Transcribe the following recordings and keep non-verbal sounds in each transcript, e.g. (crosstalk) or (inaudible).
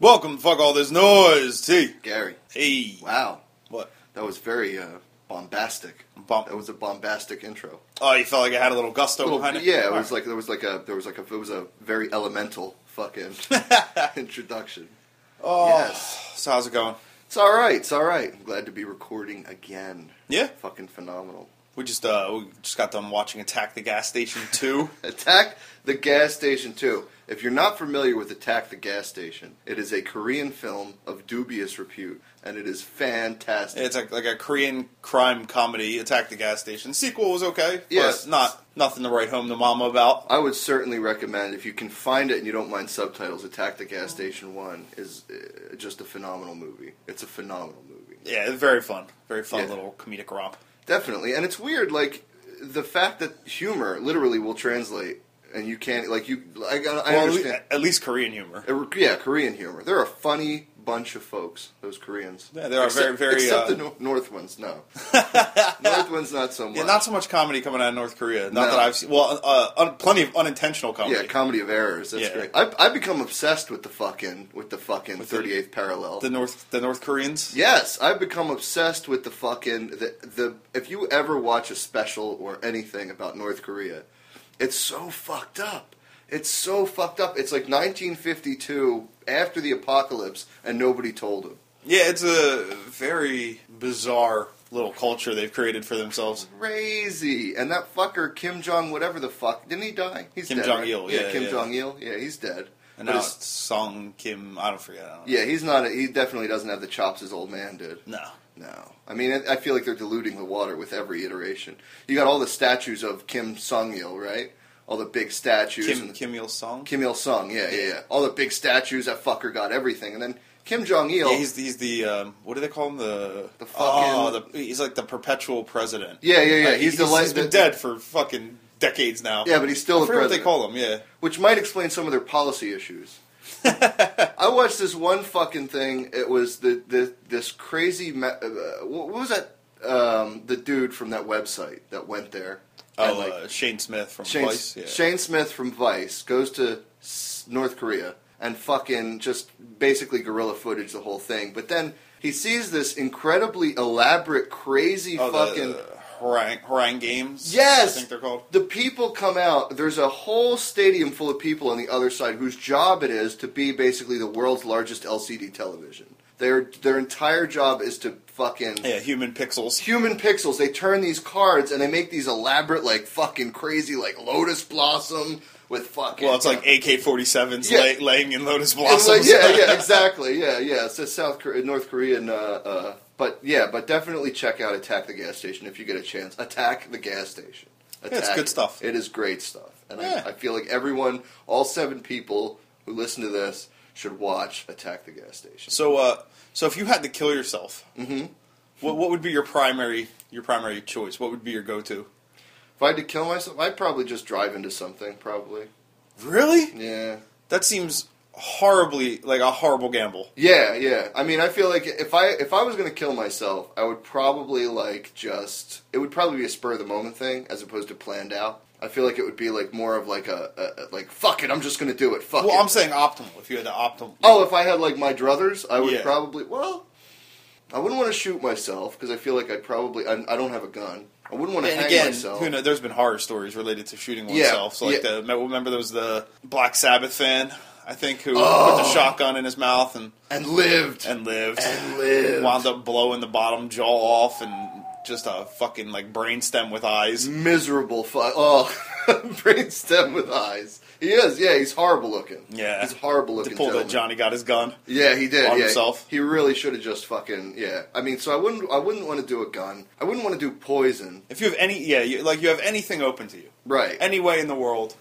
Welcome, to fuck all this noise, T. Gary, Hey, wow, what? that was very uh, bombastic. Bump. That was a bombastic intro. Oh, you felt like I had a little gusto Little- behind it. yeah, it All was right. like there was like a there was like a it was a very elemental (laughs) fucking introduction. oh, Yes, so how's it going? it's all right. It's all right. I'm glad to be recording again. Yeah, Fucking phenomenal. we just uh, we just got done watching Attack the Gas (laughs) Station Two. Attack the Gas Station 2. If you're not familiar with Attack the Gas Station, it is a Korean film of dubious repute, and it is fantastic. it's like like a Korean crime comedy. Attack the Gas Station sequel was okay, Yes. but not nothing to write home to mama about. I would certainly recommend if you can find it and you don't mind subtitles. Attack the Gas Station One is uh, just a phenomenal movie. It's a phenomenal movie, Yeah, very fun, very fun Yeah. little comedic romp. definitely. And it's weird, like the fact that humor literally will translate, and you can't like you. Like, I, I well, at le- understand. at least Korean humor. Uh, Yeah, Korean humor. They're a funny bunch of folks. Those Koreans. Yeah, they are very, Except- very, Except uh, the nor- North (laughs) ones. No, North ones not so much. Yeah, not so much comedy coming out of North Korea. Not No. that I've seen. Well, uh, un- plenty of unintentional comedy. Yeah, comedy of errors. That's Yeah. great. I I become obsessed with the fucking with the fucking With the- thirty eighth parallel. the North, the North Koreans. Yes, I've become obsessed with the fucking the the. If you ever watch a special or anything about North Korea, it's so fucked up. It's so fucked up. It's like 1952 after the apocalypse, and nobody told him. Yeah, it's a very bizarre little culture they've created for themselves. Crazy. And that fucker Kim Jong, whatever the fuck, didn't he die? He's Kim dead. Jong right? Il, yeah, Kim yeah. Jong Il. Yeah, he's dead. And But now his- it's Song Kim. I don't forget. I don't know. yeah, he's not. he definitely doesn't have the chops his old man did. No. No. I mean, I, I feel like they're diluting the water with every iteration. You got all the statues of Kim Sung Il, right? All the big statues. Kim and Kim Il Sung. Kim Il Sung, yeah, yeah, yeah. All the big statues. That fucker got everything. And then Kim Jong Il. Yeah, he's he's the um, what do they call him? The The fucking- oh, the, he's like the perpetual president. yeah, yeah, yeah. Like, he's, the light. he's been dead for fucking decades now. Yeah, but he's still I the forget what president. they call him. Yeah, which might explain some of their (laughs) policy issues. I watched this one fucking thing. It was the, the this crazy. Me- uh, what was that? Um, the dude from that website that went there. oh, And, like, uh, Shane Smith from Shane, Vice. Yeah. Shane Smith from Vice goes to S- North Korea and fucking just basically guerrilla footage the whole thing. But then he sees this incredibly elaborate, crazy oh, fucking. the Harang, Harang Games. Yes! I think they're called. The people come out. There's a whole stadium full of people on the other side whose job it is to be basically the world's largest LCD television. Their their entire job is to fucking Yeah, human pixels. human pixels. They turn these cards and they make these elaborate, like fucking crazy, like lotus blossom with fucking. Well, it's like AK 47s Yeah. lay, laying in lotus It's blossoms. like- yeah, yeah, exactly. Yeah, yeah. It's a South Korea, North Korean. Uh, uh, but yeah, but definitely check out Attack the Gas Station if you get a chance. Attack the gas station. Attack it's good it. stuff. It is great stuff, and Yeah. I, I feel like everyone, all seven people who listen to this, should watch Attack the Gas Station. So, uh, so if you had to kill yourself, mm-hmm, Mhm. what what would be your primary your primary choice? What would be your go to? If I had to kill myself, I'd probably just drive into something. Probably. Really? Yeah. That seems horribly like a horrible gamble. Yeah, yeah. I mean, I feel like if I if I was gonna kill myself, I would probably like just it would probably be a spur of the moment thing as opposed to planned out. I feel like it would be like more of like a, a, a- like fuck it, I'm just gonna do it. Fuck Well, it. I'm saying optimal. If you had the optimal, oh, if I had like my druthers, I would Yeah. probably well, I wouldn't want to shoot myself because I feel like I'd probably I, I don't have a gun. I wouldn't want to and hang again, myself. who knows? There's been horror stories related to shooting Yeah, oneself. so like yeah. the remember there was the Black Sabbath fan, I think, who put the Oh. shotgun in his mouth and And lived and lived. And lived. Wound up blowing the bottom jaw off and just a fucking like brainstem with eyes. miserable fuck. Oh, (laughs) brainstem with eyes. He is. Yeah, he's horrible looking. Yeah. he's horrible To looking. pull that gentleman. Johnny got his gun. Yeah, he did. on yeah. himself. He really should have just fucking yeah. I mean, so I wouldn't I wouldn't want to do a gun. I wouldn't want to do poison. If you have any, yeah, you, like you have anything open to you, Right. any way in the world.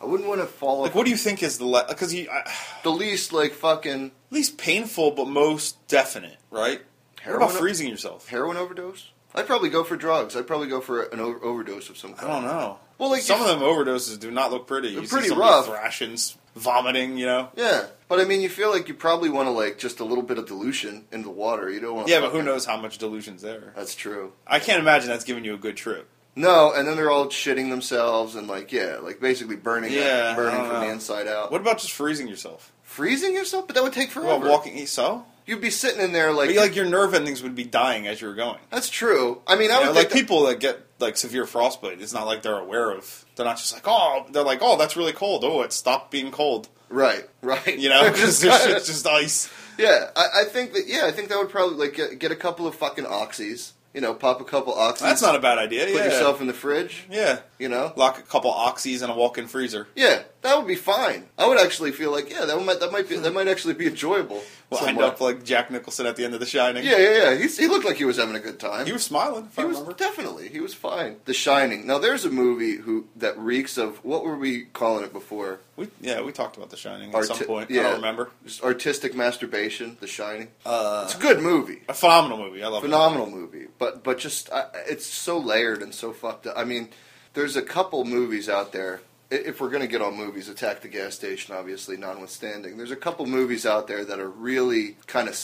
I wouldn't want to fall Like, what do you think is the because you uh, at the least like fucking least painful but most definite, right? What Heroin- about freezing yourself? heroin overdose. I'd probably go for drugs. I'd probably go for an o- overdose of some I kind. don't know. Well, like Some if- of them overdoses do not look pretty. You They're see pretty somebody rough. Thrashing, s- vomiting, you know. Yeah, but I mean, you feel like you probably want to like just a little bit of dilution in the water. You don't want. Yeah, but who knows how much delusion's there? That's true. I can't imagine that's giving you a good trip. No, and then they're all shitting themselves and like yeah, like basically burning, Yeah, I burning don't from the know. inside out. What about just freezing yourself? Freezing yourself, but that would take What forever. about walking? So, You'd be sitting in there But, like, like your nerve endings would be dying as you were going. that's true. I mean, I You know, would like like people that get like severe frostbite, it's not like they're aware of. They're not just like, oh, they're like, oh, that's really cold. Oh, it stopped being cold. right, right. You know, (laughs) (laughs) Just just, it's kinda- just, just ice. yeah. I, I think that yeah, I think that would probably like get, get a couple of fucking oxys. You know, pop a couple oxys. That's not a bad idea. put yeah. yourself in the fridge. yeah. You know, Lock a couple oxys in a walk-in freezer. yeah, that would be fine. I would actually feel like yeah, that might that might be that might actually be enjoyable. We'll end somewhat. up like Jack Nicholson at the end of The Shining. yeah, yeah, yeah. He's, he looked like he was having a good time. He was smiling. If He I was remember. definitely he was fine. The Shining. Now there's a movie who that reeks of what were we calling it before? We, yeah, we talked about The Shining at Arti- some point. I yeah. don't remember. Just artistic masturbation. The Shining. Uh, It's a good movie, a phenomenal movie. I love phenomenal movie, but but just I, it's so layered and so fucked up. I mean, there's a couple movies out there. i- If we're gonna get on movies, Attack the Gas Station, obviously, notwithstanding, there's a couple movies out there that are really kind of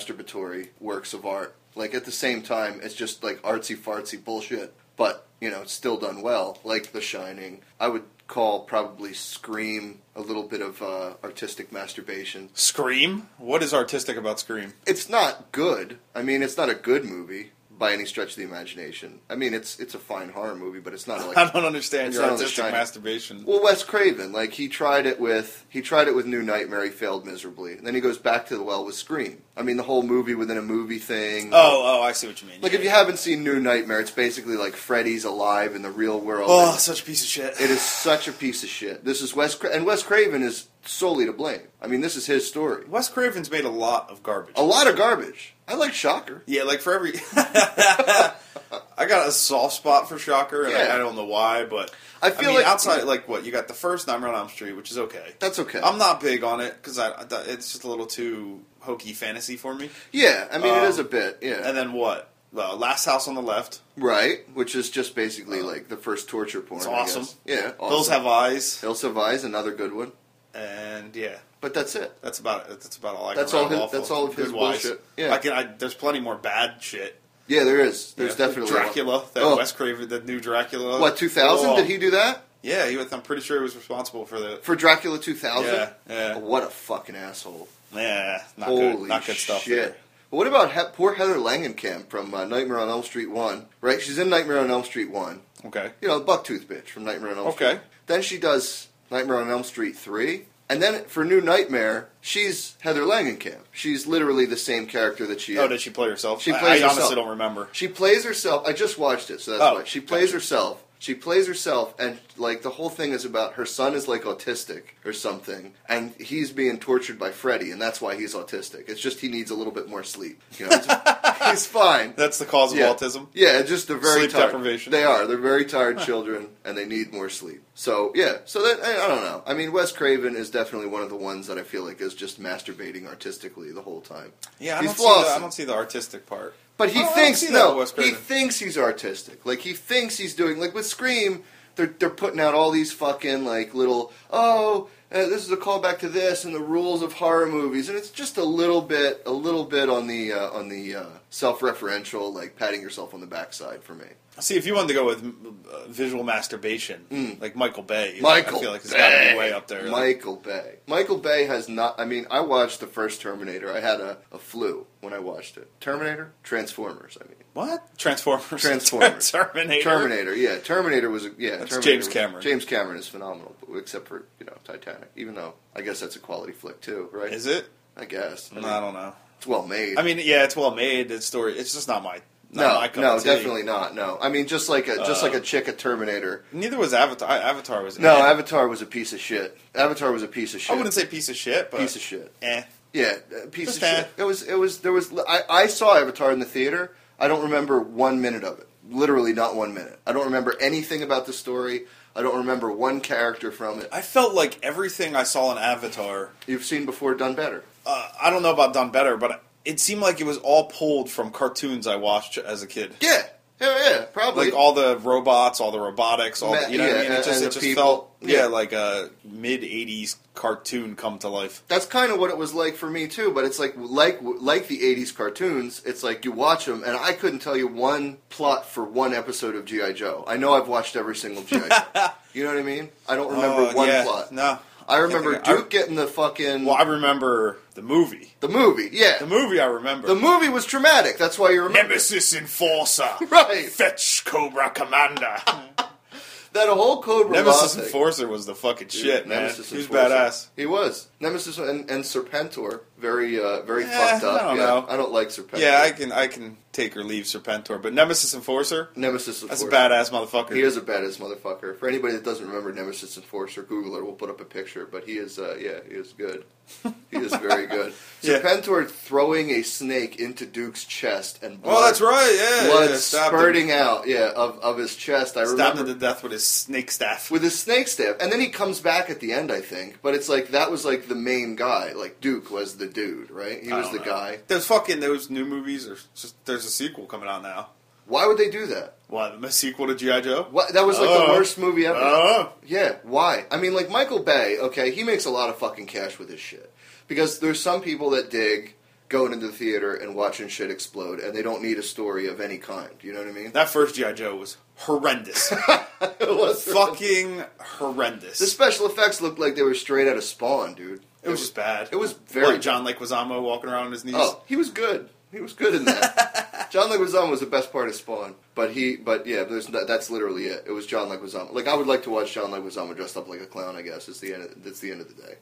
self-masturbatory works of art. Like at the same time, it's just like artsy fartsy bullshit, but you know, it's still done well. Like The Shining, I would call probably Scream a little bit of uh, artistic masturbation. it. Scream. What is artistic about Scream? it's not good. I mean, it's not a good movie by any stretch of the imagination. I mean, it's it's a fine horror movie, but it's not I like don't understand It's your not on The artistic Shining. masturbation. well, Wes Craven. Like he tried it with he tried it with New Nightmare. He failed miserably. And then he goes back to the well with Scream. I mean, the whole movie within a movie thing. Oh, oh, I see what you mean. Like if you haven't seen New Nightmare, it's basically like Freddy's alive in the real world. oh, such a piece of shit. It is such a piece of shit. This is Wes Cra- and Wes Craven is solely to blame. I mean, this is his story. Wes Craven's made a lot of garbage. A lot of garbage. I like Shocker. Yeah, like for every. (laughs) I got a soft spot for Shocker, and Yeah. I, I don't know why, but I feel mean, like- outside, like what you got the first Nightmare on Elm Street, which is okay. That's okay. I'm not big on it because I, I thought it's just a little too hokey fantasy for me. yeah, I mean it Um, is a bit. Yeah, And then what? Uh, Last House on the Left, Right, which is just basically like the first torture porn. Uh, It's I guess. awesome. Yeah, Those Have Eyes, Hills Have Eyes, another good one. and yeah, But that's it. that's about it. That's about all I. That's can all rattle his- off that's all of his good-wise. bullshit. Yeah. I can. I, there's plenty more bad shit. Yeah, there is. There's Yeah. definitely Dracula, that Oh. Wes Craven, that new Dracula. One. What two thousand? Oh. Did he do that Yeah, he was, I'm pretty sure he was responsible for the for Dracula two thousand? Yeah, yeah. What a fucking asshole! Yeah, not Holy good. Not good stuff. shit. there. But What about he- poor Heather Langenkamp from uh, Nightmare on Elm Street one? Right, she's in Nightmare on Elm Street one. Okay. You know, the Bucktooth bitch from Nightmare on Elm Okay. Street. Then she does Nightmare on Elm Street 3. And then for New Nightmare, she's Heather Langenkamp. She's literally the same character that she Oh, is. did she play herself? She I- plays I, herself. honestly don't remember. She plays herself. I just watched it, so that's Oh, why. She plays herself. She plays herself, and like the whole thing is about her son is like autistic or something, and he's being tortured by Freddy, and that's why he's autistic. It's just he needs a little bit more sleep. You know, it's- (laughs) he's fine. That's the cause of Yeah. autism. Yeah, just they're very Sleep tired. deprivation. They are. They're very tired children, and they need more sleep. So yeah. So that I, I don't know. I mean, Wes Craven is definitely one of the ones that I feel like is just masturbating artistically the whole time. Yeah, I don't, He's see the, flossing. I don't see the artistic part. But he Oh, I don't thinks see that no. Wes He Craven. thinks he's artistic. Like he thinks he's doing. Like with Scream, they're they're putting out all these fucking like little oh. Uh, this is a callback to this and the rules of horror movies, and it's just a little bit, a little bit on the uh, on the uh, self-referential, like patting yourself on the backside for me. See, if you wanted to go with mm, uh, visual masturbation, like Michael Bay, Hmm. Michael I feel like it's Bay. got to be way up there. Like, Michael Bay. Michael Bay has not. I mean, I watched the first Terminator. I had a, a flu when I watched it. Terminator, Transformers. I mean, what? Transformers. (laughs) Transformers. Terminator. Terminator. Yeah, Terminator was a yeah. That's Terminator James was- Cameron. James Cameron is phenomenal, but- except for you know Titanic. Even though I guess that's a quality flick too, right? Is it? I guess. No, mean, I don't know. It's well made. I mean, yeah, it's well made. It's story. It's just not my. Not no, my cup no, of tea. definitely not. No, I mean just like a just Uh, like a chick (laughs) at Terminator. Neither was Avatar. Avatar was. No, eh. Avatar was a piece of shit. Avatar was a piece of shit. I wouldn't say piece of shit, but piece of shit. Eh. Yeah, a piece Just of shit. that. It was. It was. There was. I, I saw Avatar in the theater. I don't remember one minute of it. Literally, not one minute. I don't remember anything about the story. I don't remember one character from it. I felt like everything I saw in Avatar You've seen before, done better. uh, I don't know about Done Better, but it seemed like it was all pulled from cartoons I watched as a kid. Yeah, Yeah, yeah, probably. like all the robots, all the robotics, all Ma- the, you know what yeah, I mean? It just, and it the just people. felt yeah, Yeah. like a mid '80s cartoon come to life. That's kind of what it was like for me too. But it's like like like the '80s cartoons. It's like you watch them, and I couldn't tell you one plot for one episode of GI Joe. I know I've watched every single GI (laughs) Joe. You know what I mean? I don't remember Oh, one yeah, plot. No, I remember think I- Duke getting the fucking well, I remember the movie. the movie. Yeah, The movie I remember. the movie was traumatic. That's why you remember. it. Nemesis Enforcer. (laughs) Right. Fetch Cobra (laughs) Commander. That whole Code Nemesis Veronica- Enforcer was the fucking Dude, shit, man. Nemesis he was Enforcer. badass. He was Nemesis and, and Serpentor, very uh, very Yeah, fucked up. I don't yeah, know. I don't like Serpentor. Yeah, I can I can take or leave Serpentor, but Nemesis Enforcer, Nemesis. that's a Enforcer. badass motherfucker. He is a badass motherfucker. For anybody that doesn't remember Nemesis Enforcer, Google it. We'll put up a picture. But he is, uh, yeah, he is good. He (laughs) is very good. Yeah. Serpentor throwing a snake into Duke's chest and blood, oh, that's right. Yeah, blood yeah, stabbed him- spurting out, yeah, of, of his chest. I stabbed remember him to death with his snake staff. with his snake staff, and then he comes back at the end, I think. But it's like that was like the main guy. Like Duke was the dude, right? He I was don't the know. guy. There's fucking those new movies. Or just there's a sequel coming out now. Why would they do that? What a sequel to GI Joe? What that was like the Oh. worst movie ever. Oh, Yeah, why? I mean, like Michael Bay, okay, he makes a lot of fucking cash with his shit. Because there's some people that dig going into the theater and watching shit explode, and they don't need a story of any kind. You know what I mean? (laughs) that first GI Joe was horrendous. fucking horrendous. The special effects looked like they were straight out of Spawn, dude. it was just bad. it was very What, John Leguizamo walking around on his knees. Oh, he was good. He was good in that. John Leguizamo was the best part of Spawn, but he, but yeah, there's that, that's literally it. It was John Leguizamo. Like I would like to watch John Leguizamo dressed up like a clown. I guess it's the end. Of, that's the end of the day.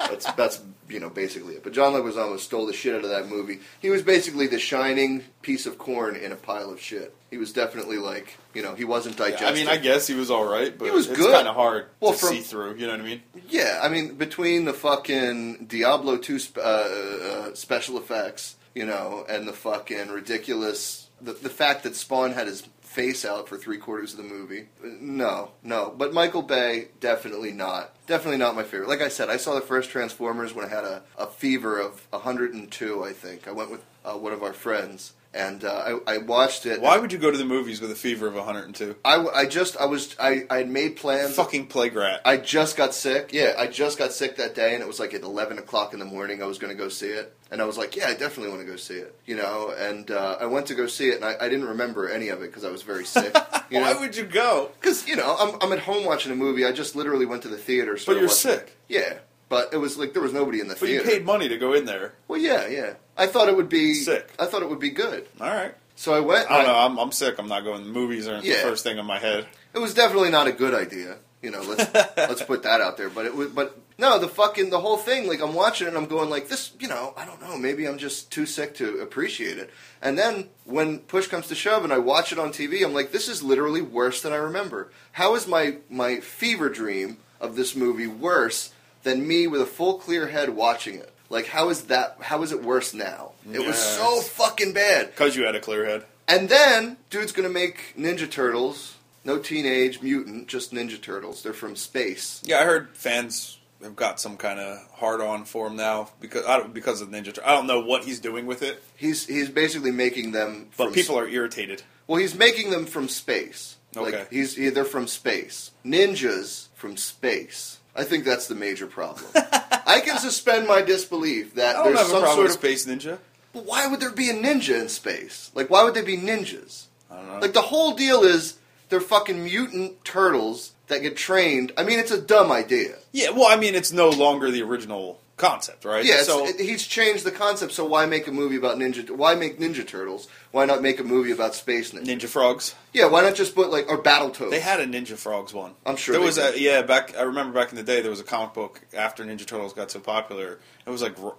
that's that's you know basically it. But John Leguizamo stole the shit out of that movie. He was basically the shining piece of corn in a pile of shit. He was definitely like you know he wasn't Yeah, digested. I mean, I guess he was all right, but He was it's good. kind of hard Well, to from- see through. You know what I mean? Yeah, I mean, between the fucking Diablo 2 sp- uh, uh, special effects, you know, and the fucking ridiculous. The, the fact that Spawn had his face out for three quarters of the movie. Uh, No, no. But Michael Bay, definitely not. Definitely not my favorite. Like I said, I saw the first Transformers when I had a, a fever of 102, I think. I went with uh, one of our friends, and uh, I, I watched it. Why would you go to the movies with a fever of 102? I, w- I just, I was, I, I had made plans. Fucking plague rat. I just got sick. Yeah, I just got sick that day, and it was like at eleven o'clock in the morning. I was going to go see it, and I was like, "Yeah, I definitely want to go see it," you know. And uh, I went to go see it, and I, I didn't remember any of it because I was very sick. (laughs) You Why know? would you go? Because you know, I'm I'm at home watching a movie. I just literally went to the theater. But started you're watching- sick. Yeah, but it was like there was nobody in the But you theater. paid money to go in there. well, yeah, yeah. I thought it would be Sick. I thought it would be good. All right. So I went. I don't and know. I'm, I'm sick. I'm not going. The movies aren't Yeah. the first thing in my head. It was definitely not a good idea. You know, let's let's put that out there. But it was, but no, the fucking the whole thing. Like I'm watching it, and I'm going like this. You know, I don't know. Maybe I'm just too sick to appreciate it. And then when push comes to shove, and I watch it on TV, I'm like, this is literally worse than I remember. How is my my fever dream of this movie worse than me with a full clear head watching it? Like, how is that? How is it worse now? It was so Yes. fucking bad. Because you had a clear head. And then, dude's gonna make Ninja Turtles. No teenage mutant, just Ninja Turtles. They're from space. Yeah, I heard fans have got some kind of hard on for him now because I don't, because of Ninja Turtle. I don't know what he's doing with it, He's he's basically making them. but from people are irritated. Well, he's making them from space. Okay. Like he's he, they're from space. Ninjas from space. I think that's the major problem. (laughs) I can suspend my disbelief that I don't there's have a some problem sort with of. Space Ninja. But why would there be a ninja in space? Like, why would they be ninjas? I don't know. Like the whole deal is they're fucking mutant turtles that get trained. I mean, it's a dumb idea. yeah, well, I mean, it's no longer the original concept, right? Yeah, it's- So it- he's changed the concept. So why make a movie about ninja? Why make Ninja Turtles? Why not make a movie about space ninja? Ninja Frogs. Yeah, why not just put like or Battletoads? They had a Ninja Frogs one. I'm sure there they was did. a yeah back. I remember back in the day there was a comic book after Ninja Turtles got so popular. It was like uh,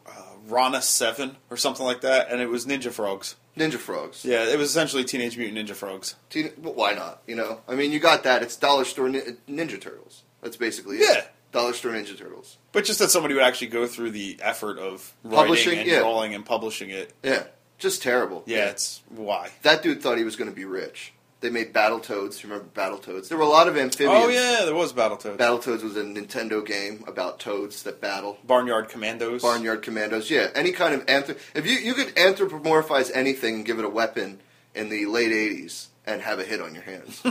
Rana Seven or something like that, and it was Ninja Frogs. Ninja Frogs. Yeah, it was essentially Teenage Mutant Ninja Frogs. Teen, but why not? You know, I mean, you got that. It's Dollar Store Nin- Ninja Turtles. That's basically it. Yeah. Dollar Store Ninja Turtles. But just that somebody would actually go through the effort of writing Publishing, and yeah. drawing and publishing it. Yeah, just terrible. Yeah, it's why. That dude thought he was going to be rich. They made Battletoads. You remember Battletoads? There were a lot of amphibians. Oh yeah, there was Battletoads. Battletoads was a Nintendo game about toads that battle. Barnyard Commandos. Barnyard Commandos, yeah. Any kind of anthrop. If you you could anthropomorphize anything and give it a weapon, in the late 80s and have a hit on your (laughs) hands.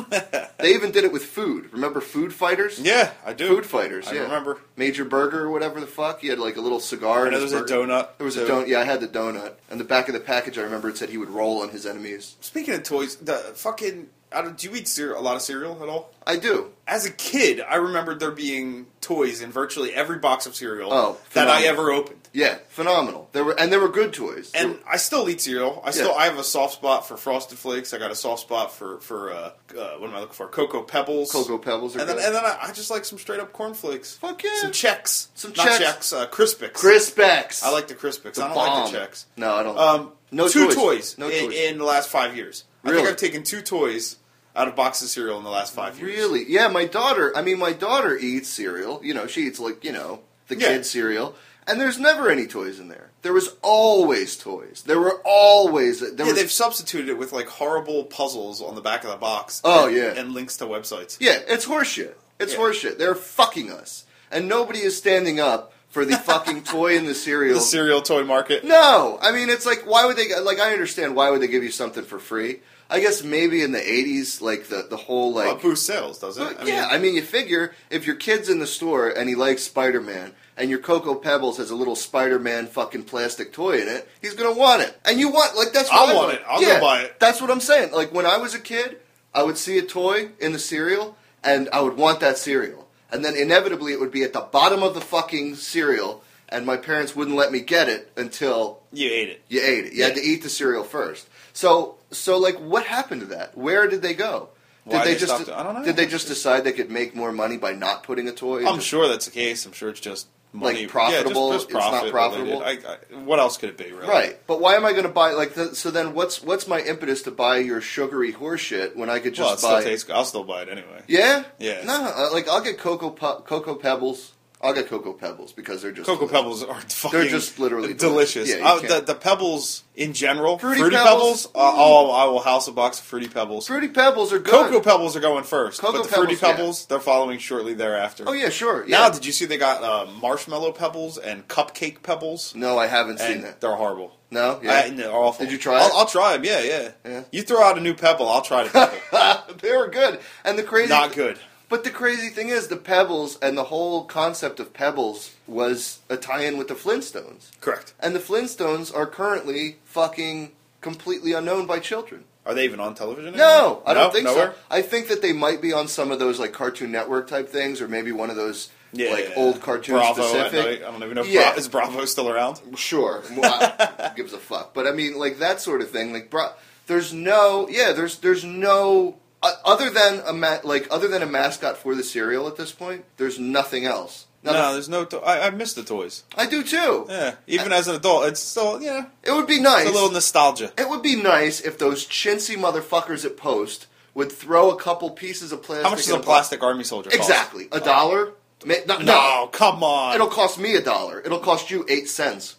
they even did it with food. Remember food (laughs) fighters? Yeah, I do. Food fighters, I yeah. remember. Major Burger or whatever the fuck. He had like a little cigar. I in know his there's a burger. donut. There was a too. donut. Yeah, I had the donut. And the back of the package, I remember it said he would roll on his enemies. Speaking of toys, the fucking. I don't, do you eat cere- a lot of cereal at all? I do. As a kid, I remembered there being toys in virtually every box of cereal Oh, that I phenomenal. ever opened. Yeah, phenomenal. There were and there were good toys. There And I still eat cereal. I still Yeah. I have a soft spot for Frosted Flakes. I got a soft spot for for uh, uh, what am I looking for? Cocoa Pebbles. were Cocoa Pebbles are And good. then and then I, I just like some straight up cornflakes. Fuck yeah. Some checks. Some Not Chex. checks. Uh, Crispix. Crispix. I like the Crispix. I don't like the checks. No, I don't. Um, no two toys, No in, toys. in the last five years. I Really? think I've taken two toys out of boxes of cereal in the last five years. Really? Yeah, my daughter. I mean, my daughter eats cereal. You know, she eats like you know the Yeah. kid cereal. And there's never any toys in there. There was always toys. There were always there yeah, was they've substituted it with like horrible puzzles on the back of the box. Oh, and, yeah. and links to websites. Yeah, it's horseshit. It's Yeah. horseshit. They're fucking us, and nobody is standing up for (laughs) the fucking toy in the cereal. The cereal toy market. no, I mean it's like why would they? Like I understand why would they give you something for free? I guess maybe in the '80s, like the the whole like Well, it uh, boosts sales, does it? But, Uh, yeah, I mean, you figure if your kid's in the store and he likes Spider Man, and your Cocoa Pebbles has a little Spider Man fucking plastic toy in it, he's gonna want it. And you want like that's what I'll I want it. I'll go buy it. That's what I'm saying. Like when I was a kid, I would see a toy in the cereal, and I would want that cereal, and then inevitably it would be at the bottom of the fucking cereal, and my parents wouldn't let me get it until you ate it. you ate it. You had Yeah. to eat the cereal first. So, so like, what happened to that? Where did they go? Did Why they, they just? stopped it? I don't know. Did they just decide they could make more money by not putting a toy? I'm Just- sure that's the case. I'm sure it's just money. profitable, Yeah, just, just it's profit not profitable. related. I, I, what else could it be? Really? Right, but why am I going to buy like? The, so then, what's what's my impetus to buy your sugary horseshit when I could Well, it just still buy? tastes good. I'll still buy it anyway. yeah, Yeah. No, uh, like I'll get cocoa Pu- cocoa pebbles. I'll get cocoa pebbles because they're just Cocoa Pebbles are fucking. just literally delicious. delicious. Yeah, you Uh, can't- the, the pebbles in general, Fruity Fruity, Pebbles? Pebbles. Mm. uh, oh, I will house a box of Fruity Pebbles. fruity pebbles are good. Cocoa Pebbles are going first, Cocoa but the Fruity Pebbles, yeah. Pebbles they're following shortly thereafter. Oh yeah, sure. Yeah. Now, did you see they got uh, marshmallow pebbles and cupcake pebbles? no, I haven't seen And that. they're horrible. No, Yeah. I, they're awful. Did you try I'll, it? I'll try them. Yeah, yeah, Yeah. You throw out a new pebble, I'll try the pebble. (laughs) they were good. And the (laughs) crazy Not good. But the crazy thing is, the Pebbles and the whole concept of Pebbles was a tie-in with the Flintstones, Correct. and the Flintstones are currently fucking completely unknown by children. Are they even on television? anymore? No, I No? don't think Nowhere? so. I think that they might be on some of those like Cartoon Network type things, or maybe one of those Yeah, like yeah, old yeah. cartoon Bravo, specific. I, know, I don't even know. if Yeah. Bra- is Bravo still around? Sure, (laughs) Well, gives a fuck. But I mean, like that sort of thing. Like, bro, there's no, yeah, there's there's no uh, other than a ma- like other than a mascot for the cereal at this point. There's nothing else. Now, no, there's no. To- I, I miss the toys. I do too. Yeah, even as an adult, it's still yeah, It would be nice. it's a little nostalgia. it would be nice if those chintzy motherfuckers at Post would throw a couple pieces of plastic. How much does in a plastic army soldier? cost? Exactly, a dollar. Ma- no, no, No, come on. it'll cost me a dollar. It'll cost you eight cents.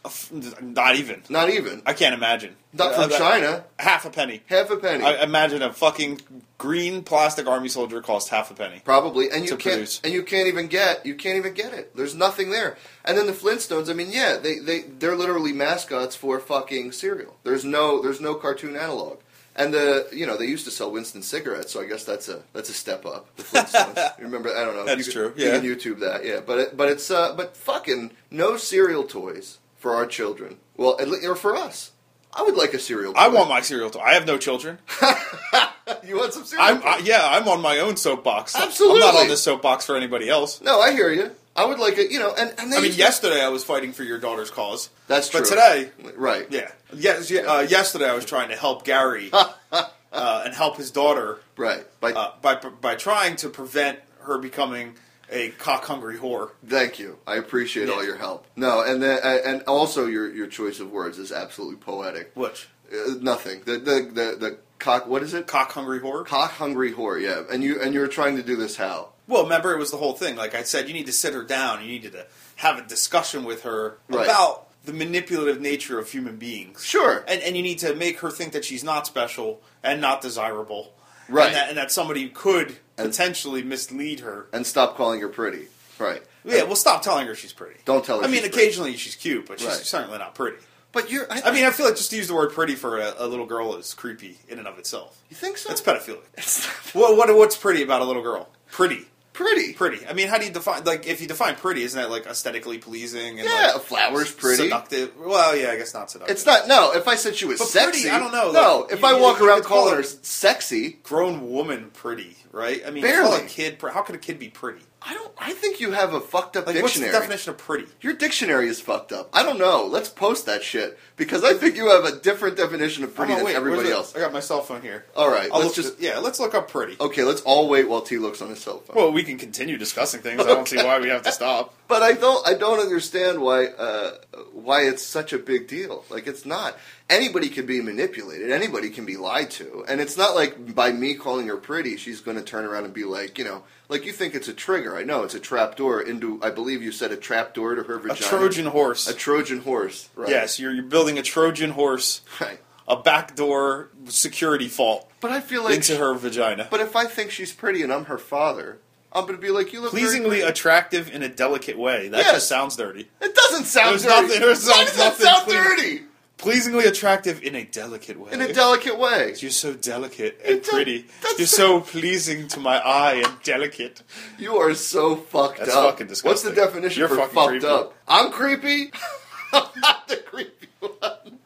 not even. Not even. I can't imagine. Not from Uh, China. Half a penny. Half a penny. I imagine a fucking green plastic army soldier costs half a penny. Probably, and you to can't, produce. and you can't even get, you can't even get it. There's nothing there. And then the Flintstones. I mean, yeah, they they they're literally mascots for fucking cereal. There's no there's no cartoon analog. And the you know they used to sell Winston cigarettes, so I guess that's a that's a step up. (laughs) The Flintstones. You Remember, I don't know. That's you true, Can, yeah. You can YouTube that, yeah. But it, but it's uh, but fucking no cereal toys for our children. Well, at le- or for us. I would like a cereal. Toy. I want my cereal toy. I have no children. (laughs) you want some cereal? I'm toys? I, yeah, I'm on my own soapbox. Absolutely. I'm not on this soapbox for anybody else. no, I hear you. I would like it, you know, and, and they I mean, used to- yesterday I was fighting for your daughter's cause. That's true. But today, right? yeah, yes, yeah, uh, yesterday I was trying to help Gary uh, and help his daughter Right. By, uh, by by trying to prevent her becoming a cock hungry whore. thank you. I appreciate all Yeah. your help. No, and the, uh, and also your your choice of words is absolutely poetic. Which Uh, nothing. The, the the the cock. What is it? cock hungry whore? Cock hungry whore. Yeah. And you and you were trying to do this how? Well, remember it was the whole thing. Like I said, you need to sit her down. You needed to have a discussion with her Right. about the manipulative nature of human beings. Sure. And and you need to make her think that she's not special and not desirable. Right. And that, and that somebody could And- potentially mislead her. And stop calling her pretty. Right. Yeah, well, stop telling her she's pretty. Don't tell her I mean, she's pretty. occasionally she's cute, but she's Right. certainly not pretty. But you're. I mean, I feel like just to use the word pretty for a, a little girl is creepy in and of itself. you think so? That's pedophilic. It's (laughs) not What, what what's pretty about a little girl? Pretty, pretty. pretty. I mean, how do you define? Like, if you define pretty, isn't that like aesthetically pleasing? And Yeah, like, a flower's pretty. Seductive. Well, yeah, I guess not seductive. It's not. No, if I said she was But pretty, sexy, I don't know, No, like, if you- I you- walk you around could calling call her it- sexy, grown woman pretty, right? I mean, Barely. call a kid. pre- How could a kid be pretty? I don't. I think you have a fucked up Like, dictionary. what's the definition of pretty? Your dictionary is fucked up. I don't know. Let's post that shit because I think you have a different definition of pretty Hold on, than Oh, where's everybody it? else. I got my cell phone here. All right, I'll let's look- just. yeah, let's look up pretty. Okay, let's all wait while T looks on his cell phone. Well, we can continue discussing things. I don't see why we have to stop. But I don't I don't understand why uh, why it's such a big deal. Like it's not anybody can be manipulated. Anybody can be lied to, and it's not like by me calling her pretty, she's going to turn around and be like, you know, like you think it's a trigger. I know it's a trap door into. I believe you said (laughs) a trap door to her A vagina. Trojan horse. A Trojan horse. Right. Yes, you're, you're building a Trojan horse, Right. a backdoor security fault But I feel like into her vagina. But if I think she's pretty and I'm her father, I'm going to be like, you look very Pleasingly uh, pretty. attractive in a delicate way. That Yes. just sounds dirty. It doesn't sound There's dirty. nothing- there's Why does that nothing sound pleasing. dirty? Pleasingly attractive in a delicate way. In a delicate (laughs) way. You're so delicate It and does- pretty. that's- You're so pleasing to my eye and delicate. You are so fucked That's up. fucking What's the disgusting. definition You're for fucking fucked creepy. up? I'm creepy. (laughs) I'm not the creepy one.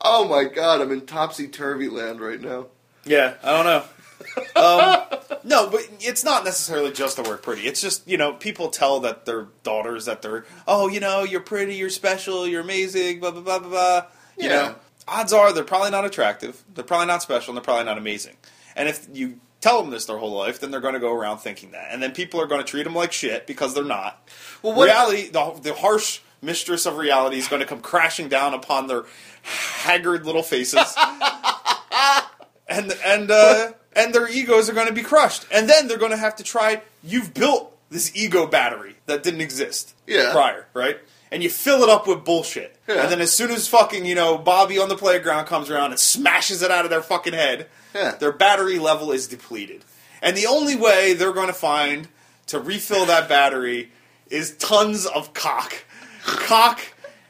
Oh my god, I'm in topsy turvy land right now. Yeah, I don't know. (laughs) Um, no, but it's not necessarily just the word pretty. It's just, you know, people tell that their daughters that they're, oh, you know, you're pretty, you're special, you're amazing, blah, blah, blah, blah, blah. You Yeah. know, odds are they're probably not attractive, they're probably not special, and they're probably not amazing. And if you tell them this their whole life, then they're going to go around thinking that. And then people are going to treat them like shit because they're not. Well, what- reality, the, the harsh mistress of reality is going to come crashing down upon their haggard little faces and and uh, and their egos are going to be crushed, and then they're going to have to try. You've built this ego battery that didn't exist Yeah. prior, right? And you fill it up with bullshit, Yeah. and then as soon as fucking you know Bobby on the playground comes around and smashes it out of their fucking head, Yeah. their battery level is depleted, and the only way they're going to find to refill that battery is tons of cock, cock,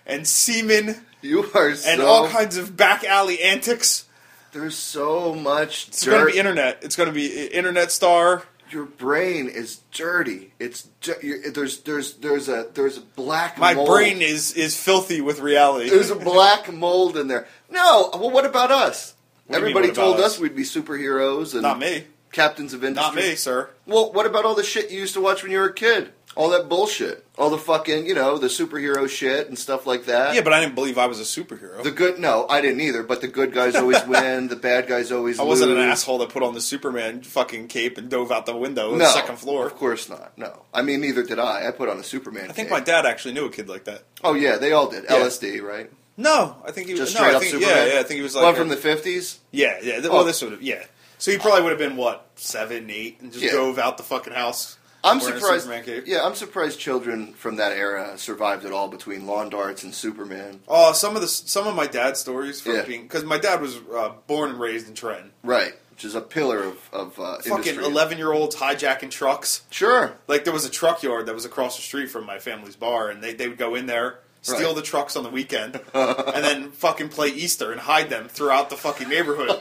and semen. You are so. And all kinds of back alley antics. there's so much It's going to dirt. be internet. It's going to be i- internet star. Your brain is dirty. It's di- you're, there's there's there's a there's a black. My mold. brain is is filthy with reality. There's a black mold in there. No. Well, what about us? What do you mean, Everybody what about told us? us we'd be superheroes and Not me. captains of Not industry. me, sir. Well, what about all the shit you used to watch when you were a kid? All that bullshit. All the fucking, you know, the superhero shit and stuff like that. Yeah, but I didn't believe I was a superhero. The good, no, I didn't either. But the good (laughs) guys always win. The bad guys always. I wasn't an lose. asshole that put on the Superman fucking cape and dove out the window on No, the second floor. Of course not. No, I mean neither did I. I put on a Superman. I think my cape. dad actually knew a kid like that. Oh yeah, they all did. Yeah. LSD, right? No, I think he was Just no, straight I up think, Superman. Yeah, yeah, I think he was like one a- from the fifties. yeah, yeah. th- Oh. Well, this would have yeah. So he probably would have been what seven, eight, and just Yeah. dove out the fucking house. I'm wearing a surprised. Superman cape. Yeah, I'm surprised children from that era survived at all between lawn darts and Superman. Oh, some of the some of my dad's stories from Yeah. being because my dad was uh, born and raised in Trenton. Right, which is a pillar of of uh, Fucking industry. eleven year olds hijacking trucks. Sure. like there was a truck yard that was across the street from my family's bar and they, they would go in there steal Right. the trucks on the (laughs) weekend and then fucking play easter and hide them throughout the fucking (laughs) neighborhood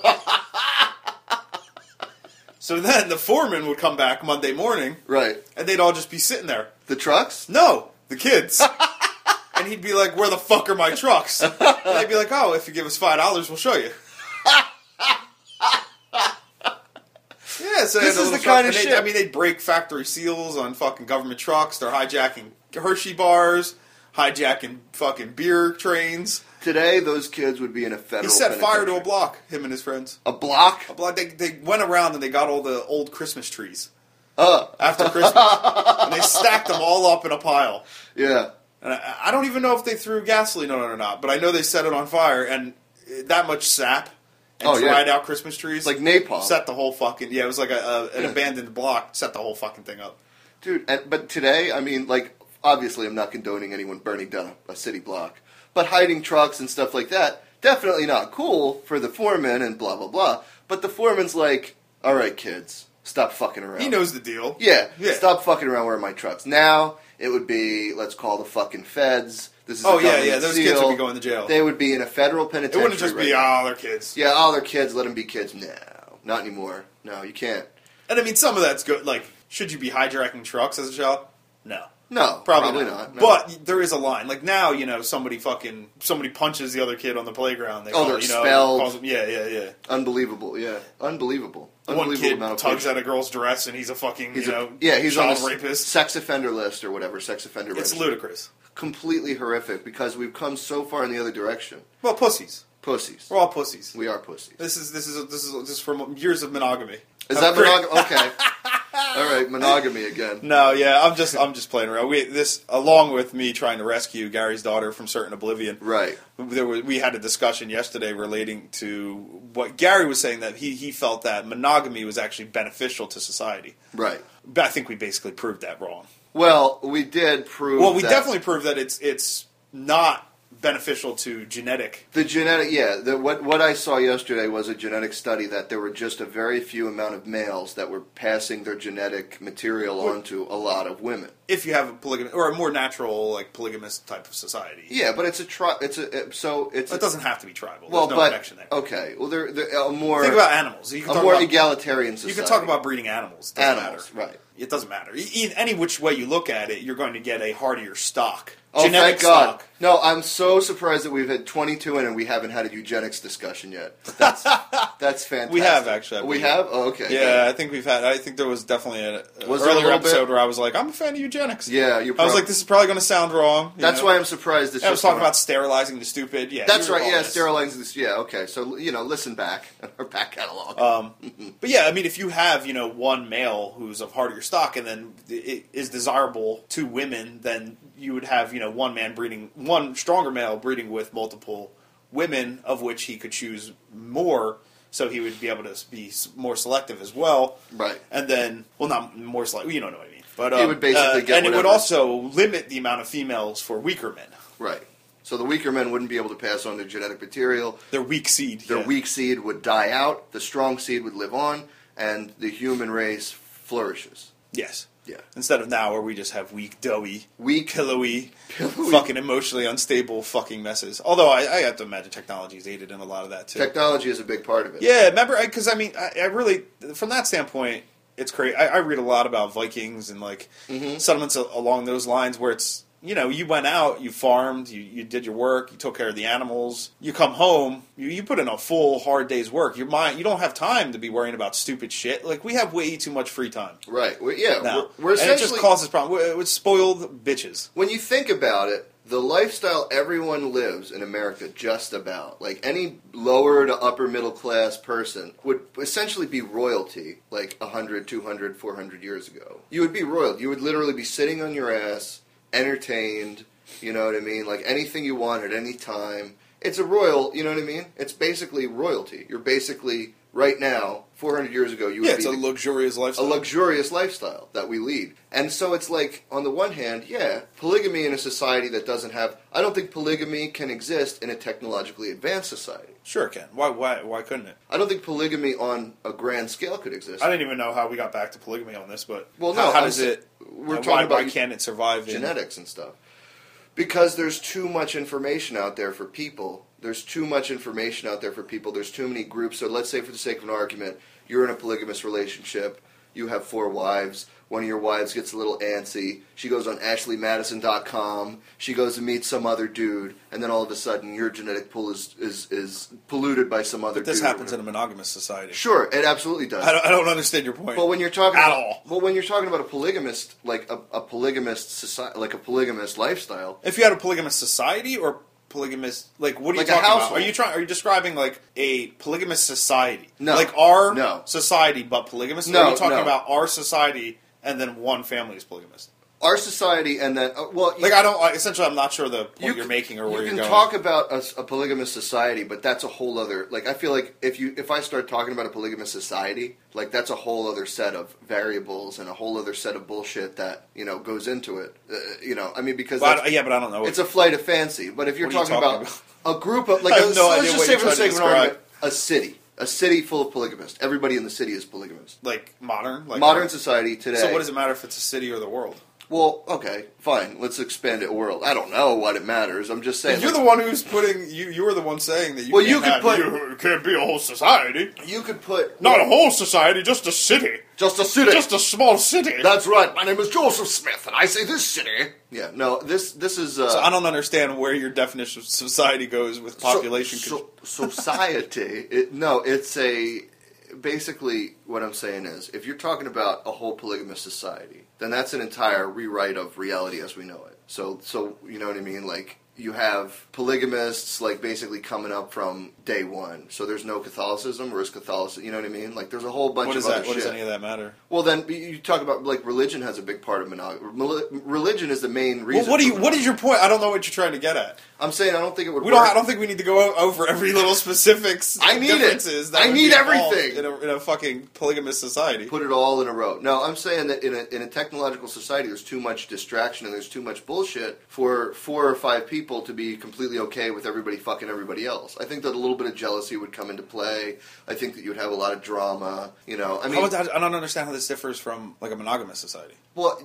so then the foreman would come back monday morning Right. and they'd all just be sitting there The trucks? no the kids and he'd be like where the fuck are my trucks and they'd be like oh if you give us five dollars we'll show you Yeah, so they This had a little is the kind truck, of and they- shit- I mean, they break factory seals on fucking government trucks. They're hijacking Hershey bars, hijacking fucking beer trains. Today, those kids would be in a federal. He set fire to a penitentiary. block. Him and his friends. A block. A block. They, they went around and they got all the old Christmas trees Uh, after Christmas, and they stacked them all up in a pile. yeah. And I, I don't even know if they threw gasoline on it or not, but I know they set it on fire, and that much sap and Oh, yeah. dried out Christmas trees, It's like um, napalm. set the whole fucking yeah. It was like a, a, an abandoned block, set the whole fucking thing up. Dude, and, but today, I mean, like, obviously, I'm not condoning anyone burning down a, a city block, but hiding trucks and stuff like that, definitely not cool for the foreman and blah, blah, blah. But the foreman's like, all right, kids, stop fucking around. He knows the deal. Yeah, Yeah. stop fucking around wearing my trucks. Now, it would be, let's call the fucking feds. This is Oh a yeah, government yeah. Those seal. kids would be going to jail. They would be in a federal it penitentiary. wouldn't just be right now. ah, they're kids. Yeah, all their kids. Let them be kids. No, not anymore. No, you can't. And I mean, some of that's good. Like, should you be hijacking trucks as a child? No. No, Probably, not. not. no. But there is a line. Like now, you know, somebody fucking somebody punches the other kid on the playground. They Oh, call, they're you know, expelled. calls them- yeah, yeah, yeah. unbelievable. Yeah, unbelievable. One Unbelievable kid amount of tugs at patience. a girl's dress, and he's a fucking He's you a- know yeah, he's child on a s- rapist. sex offender list or whatever sex offender It's list. ludicrous. Completely horrific because we've come so far in the other direction. Well, pussies. Pussies. We're all pussies. We are pussies. This is this is this is this is from years of monogamy. Is Have that great- monogamy? Okay. (laughs) All right, monogamy again. No, yeah, I'm just I'm just playing around. We this along with me trying to rescue Gary's daughter from certain oblivion. Right. There was, we had a discussion yesterday relating to what Gary was saying that he he felt that monogamy was actually beneficial to society. Right. But I think we basically proved that wrong. Well, we did prove. Well, we that definitely proved that it's it's not beneficial to genetic. The genetic, yeah. The, what what I saw yesterday was a genetic study that there were just a very few amount of males that were passing their genetic material Well- onto a lot of women. If you have a polygamy or a more natural like polygamous type of society, Yeah, but it's a tri- It's a it- so it's it doesn't have to be tribal. well, There's no but connection there. okay. Well, there there- a more Think about animals. You a can talk more about, egalitarian society. you can talk about breeding animals. It doesn't animals, matter. right? It doesn't matter. E- e- any which way you look at it, you're going to get a hardier stock. Oh, genetic thank God! stock. No, I'm so surprised that we've had 22 in and we haven't had a eugenics discussion yet. (laughs) That's that's fantastic. We have, actually, I We believe. have. Oh, okay. Yeah, I think we've had. I think there was definitely an Was there a earlier little bit? episode where I was like, "I'm a fan of eugenics." Yeah, you're I was prob- like, "This is probably going to sound wrong." you That's know? why I'm surprised. It's I was just talking gonna- about sterilizing the stupid. Yeah, That's you right. recall Yeah, this. sterilizing this. Yeah. Okay. So you know, listen back (laughs) our back catalog. Uh, But yeah, I mean, if you have you know one male who's of hardier stock and then it is desirable to women, then you would have you know one man breeding one stronger male breeding with multiple women, of which he could choose more. So he would be able to be s- more selective as well. right. and then well not more slightly you don't know what i mean but He um, would basically uh, get and it would whatever- also limit the amount of females for weaker men Right. So the weaker men wouldn't be able to pass on their genetic material. their weak seed Their yeah. weak seed would die out. The strong seed would live on, and the human race flourishes. yes Yeah. instead of now where we just have weak doughy Weak. pillowy, Pillowy. fucking emotionally unstable fucking messes although i, I have to imagine technology's aided in a lot of that too Technology is a big part of it. yeah remember because I, mean I, I really from that standpoint it's crazy I, I read a lot about vikings and like Mm-hmm. settlements a- along those lines where it's you know you went out you farmed you, you did your work you took care of the animals you come home you, you put in a full hard day's work your mind you don't have time to be worrying about stupid shit like we have way too much free time Right. We're, yeah. now We're, we're and it just essentially causes problems we're, we're spoiled bitches when you think about it, the lifestyle everyone lives in America, just about like any lower to upper middle class person would essentially be royalty like 100, 200, 400 years ago. You would be royal. You would literally be sitting on your ass, entertained, you know what I mean? Like anything you want at any time. It's a royal, you know what I mean? It's basically royalty. You're basically right now 400 years ago you would yeah be it's a the- luxurious a lifestyle luxurious lifestyle that we lead. And so it's like, on the one hand, yeah, polygamy in a society that doesn't have. I don't think polygamy can exist in a technologically advanced society. sure it can why, why, why couldn't it I don't think polygamy on a grand scale could exist. I didn't even know how we got back to polygamy on this, but Well, how, no, how I'm does s- it? we're uh, talking why, why about can't it survive in genetics and stuff. Because there's too much information out there for people. There's too much information out there for people. There's too many groups. So let's say, for the sake of an argument, you're in a polygamous relationship. You have four wives. One of your wives gets a little antsy. She goes on AshleyMadison.com. She goes to meet some other dude, and then all of a sudden, your genetic pool is is, is polluted by some other. This dude or happens in whatever. a monogamous society. Sure, it absolutely does. I don't, I don't understand your point. But when you're talking At about, all. well, when you're talking about a polygamist, like a, a polygamist society, like a polygamist lifestyle, if you had a polygamous society or polygamous, like what are Like a you talking about? household. Are you trying? Are you describing like a polygamous society? No. like our No. society, but polygamous. or No, are you talking no. about our society and then one family is polygamous? our society, and then uh, well, you, Like I don't. I, essentially, I'm not sure the point you you are c- making or you where can are going. talk about a, s- a polygamous society, but that's a whole other. Like I feel like if you if I start talking about a polygamous society, like that's a whole other set of variables and a whole other set of bullshit that you know goes into it. Uh, you know, I mean because Well, I that's- don't- yeah, but I don't know. It's a flight of fancy, but if you're What are you talking, talking about, a (laughs) group of like, I a, have no let's idea just what say you're for the trying sake to of an argument, a city, a city full of polygamists. Everybody in the city is polygamist. like modern, like Modern society today. So what does it matter if it's a city or the world? Well, okay, fine. Let's expand it world. I don't know what it matters. I'm just saying. You're the one who's putting. You you were the one saying that you. Well, can't you could have- put- You can't be a whole society. you could put Not a whole society, just a city, just a city. just a small city. That's right. My name is Joseph Smith, and I say this city. Yeah. No. This this is uh, So (laughs) I don't understand where your definition of society goes with so- population. control. so- society. It, no, it's a basically what I'm saying is if you're talking about a whole polygamous society, then that's an entire rewrite of reality as we know it. So so you know what I mean? Like you have polygamists like basically coming up from day one. So there's no Catholicism, whereas Catholicism, you know what I mean? Like there's a whole bunch what of is other that? What shit. does any of that matter? Well, then but you talk about like religion has a big part of monogamy. Religion is the main reason. Well, what do for you? What monogamy. is your point? I don't know what you're trying to get at. I'm saying I don't think it would. We don't. work. I don't think we need to go o- over every little specifics. I need it. differences that I would need be involved everything. in a, in a fucking polygamous society. put it all in a row. No, I'm saying that in a, in a technological society, there's too much distraction and there's too much bullshit for four or five people to be completely okay with everybody fucking everybody else. I think that a little bit of jealousy would come into play. I think that you would have a lot of drama. You know, I mean, How is that- I don't understand how this differs from like a monogamous society. well,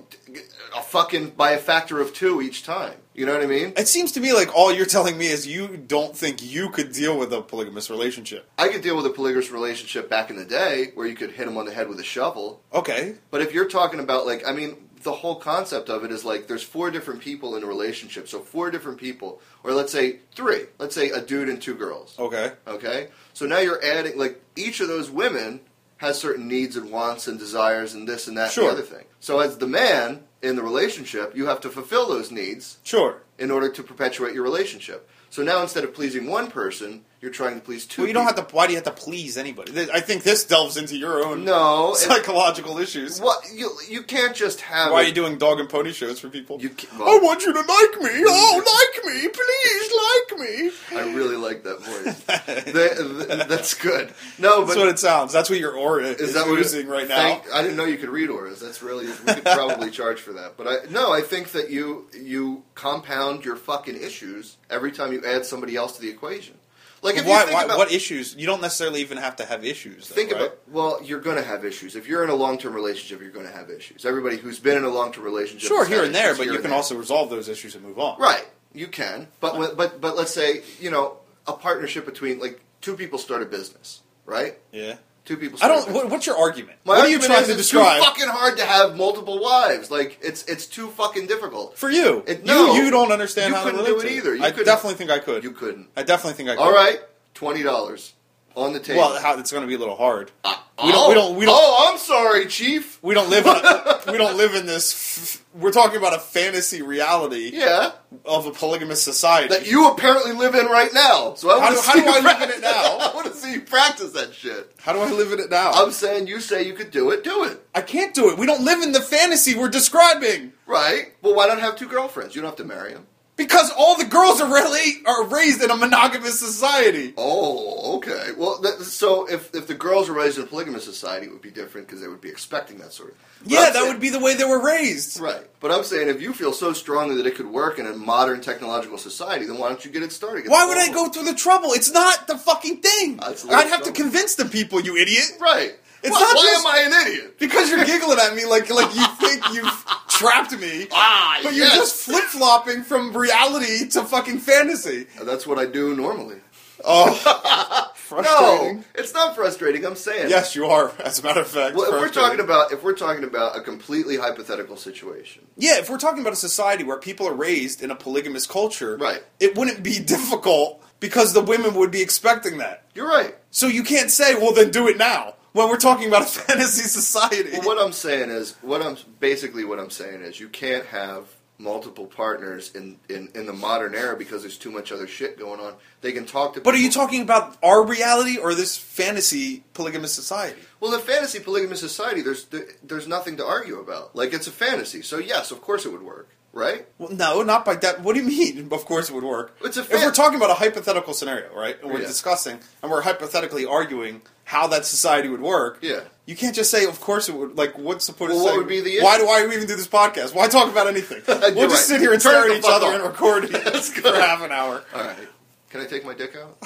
a fucking by a factor of two each time. You know what I mean? It seems to me like all you're telling me is you don't think you could deal with a polygamous relationship. I could deal with a polygamous relationship back in the day where you could hit him on the head with a shovel. Okay, But if you're talking about like, I mean, the whole concept of it is like there's four different people in a relationship. So four different people, or let's say three. Let's say a dude and two girls. okay. Okay. So now you're adding like each of those women has certain needs and wants and desires and this and that Sure. and the other thing. So as the man in the relationship, you have to fulfill those needs Sure. in order to perpetuate your relationship. So now instead of pleasing one person, you're trying to please two. Well, you don't people. have to. Why do you have to please anybody? Th- I think this delves into your own No, it- psychological issues. What you you can't just have Why it- are you doing dog and pony shows for people? You ca- I want you to like me. Oh, like me, please, like me. (laughs) I really like that voice. That- that- that's good. No, That's but what it sounds. That's what your aura is, is that what oozing right now. Thank- I didn't know you could read auras. That's really we (laughs) could probably charge for that. But I no, I think that you you compound your fucking issues every time you add somebody else to the equation. Like if you why, think why, about what issues? You don't necessarily even have to have issues. Though, Think right? about well, you're going to have issues. If you're in a long-term relationship, you're going to have issues. Everybody who's been in a long-term relationship, sure has had here and there, issues but you can there. also resolve those issues and move on. Right, you can. But when- but but let's say you know a partnership between like two people start a business, right? Yeah. Two people. I Start a don't. business. What, what's your argument? My what are you argument trying is to it's describe? Too fucking hard to have multiple wives. Like it's it's too fucking difficult. For you, It- no. you, you don't understand You how to couldn't relate do it to either. You I couldn't- definitely think I could. You couldn't. I definitely think I could. All right, twenty dollars on the table. Well, how, it's going to be a little hard. oh, we don't- we don't- we don't- Oh, I'm sorry, Chief. We don't live. (laughs) In, we don't live in this. F- we're talking about a fantasy reality Yeah, of a polygamous society. that you apparently live in right now. So I How want do- to how see do you I live in practice- it now? (laughs) I want to see you practice that shit. how do I live in it now? I'm saying you say you could do it. Do it. I can't do it. We don't live in the fantasy we're describing Right. Well, why not have two girlfriends? You don't have to marry them. because all the girls are really are raised in a monogamous society. Oh, okay. Well, that, so if if the girls were raised in a polygamous society, it would be different because they would be expecting that sort of. But yeah, I'm that saying- would be the way they were raised. right. But I'm saying if you feel so strongly that it could work in a modern technological society, then why don't you get it started? Get Why the would I ball go through the trouble? It's not the fucking thing. Oh. That's a little I'd have to trouble. convince the people, you idiot. rolling. Right. It's why not why just- am I an idiot? Because you're giggling at me like like you think you've trapped me. Ah, But you're just flip flopping from reality to fucking fantasy. That's what I do normally. Oh, frustrating. No, it's not frustrating. I'm saying Yes, you are. As a matter of fact, Well, if we're frustrating. talking about if we're talking about a completely hypothetical situation, yeah, if we're talking about a society where people are raised in a polygamous culture, Right. It wouldn't be difficult because the women would be expecting that. you're right. So you can't say, "Well, then do it now." When we're talking about a (laughs) fantasy society, Well, what I'm saying is, what I'm basically what I'm saying is, you can't have multiple partners in, in, in the modern era because there's too much other shit going on. They can talk to. but are you people- talking about our reality or this fantasy polygamous society? Well, the fantasy polygamous society, there's there, there's nothing to argue about. Like it's a fantasy, so yes, of course it would work, right? Well, no, not by that. What do you mean? (laughs) Of course it would work. It's a if fan- we're talking about a hypothetical scenario, right? And we're Yeah. discussing and we're hypothetically arguing how that society would work. Yeah. You can't just say, "Of course it would." Like, what's the point of Well, what saying- would be the Why issue? do I even do this podcast? Why talk about anything? we'll just (laughs) You're right. sit here and Turn stare at it the (laughs) each fuck other off. and record That's it good. for half an hour. (laughs) All right. Can I take my dick out?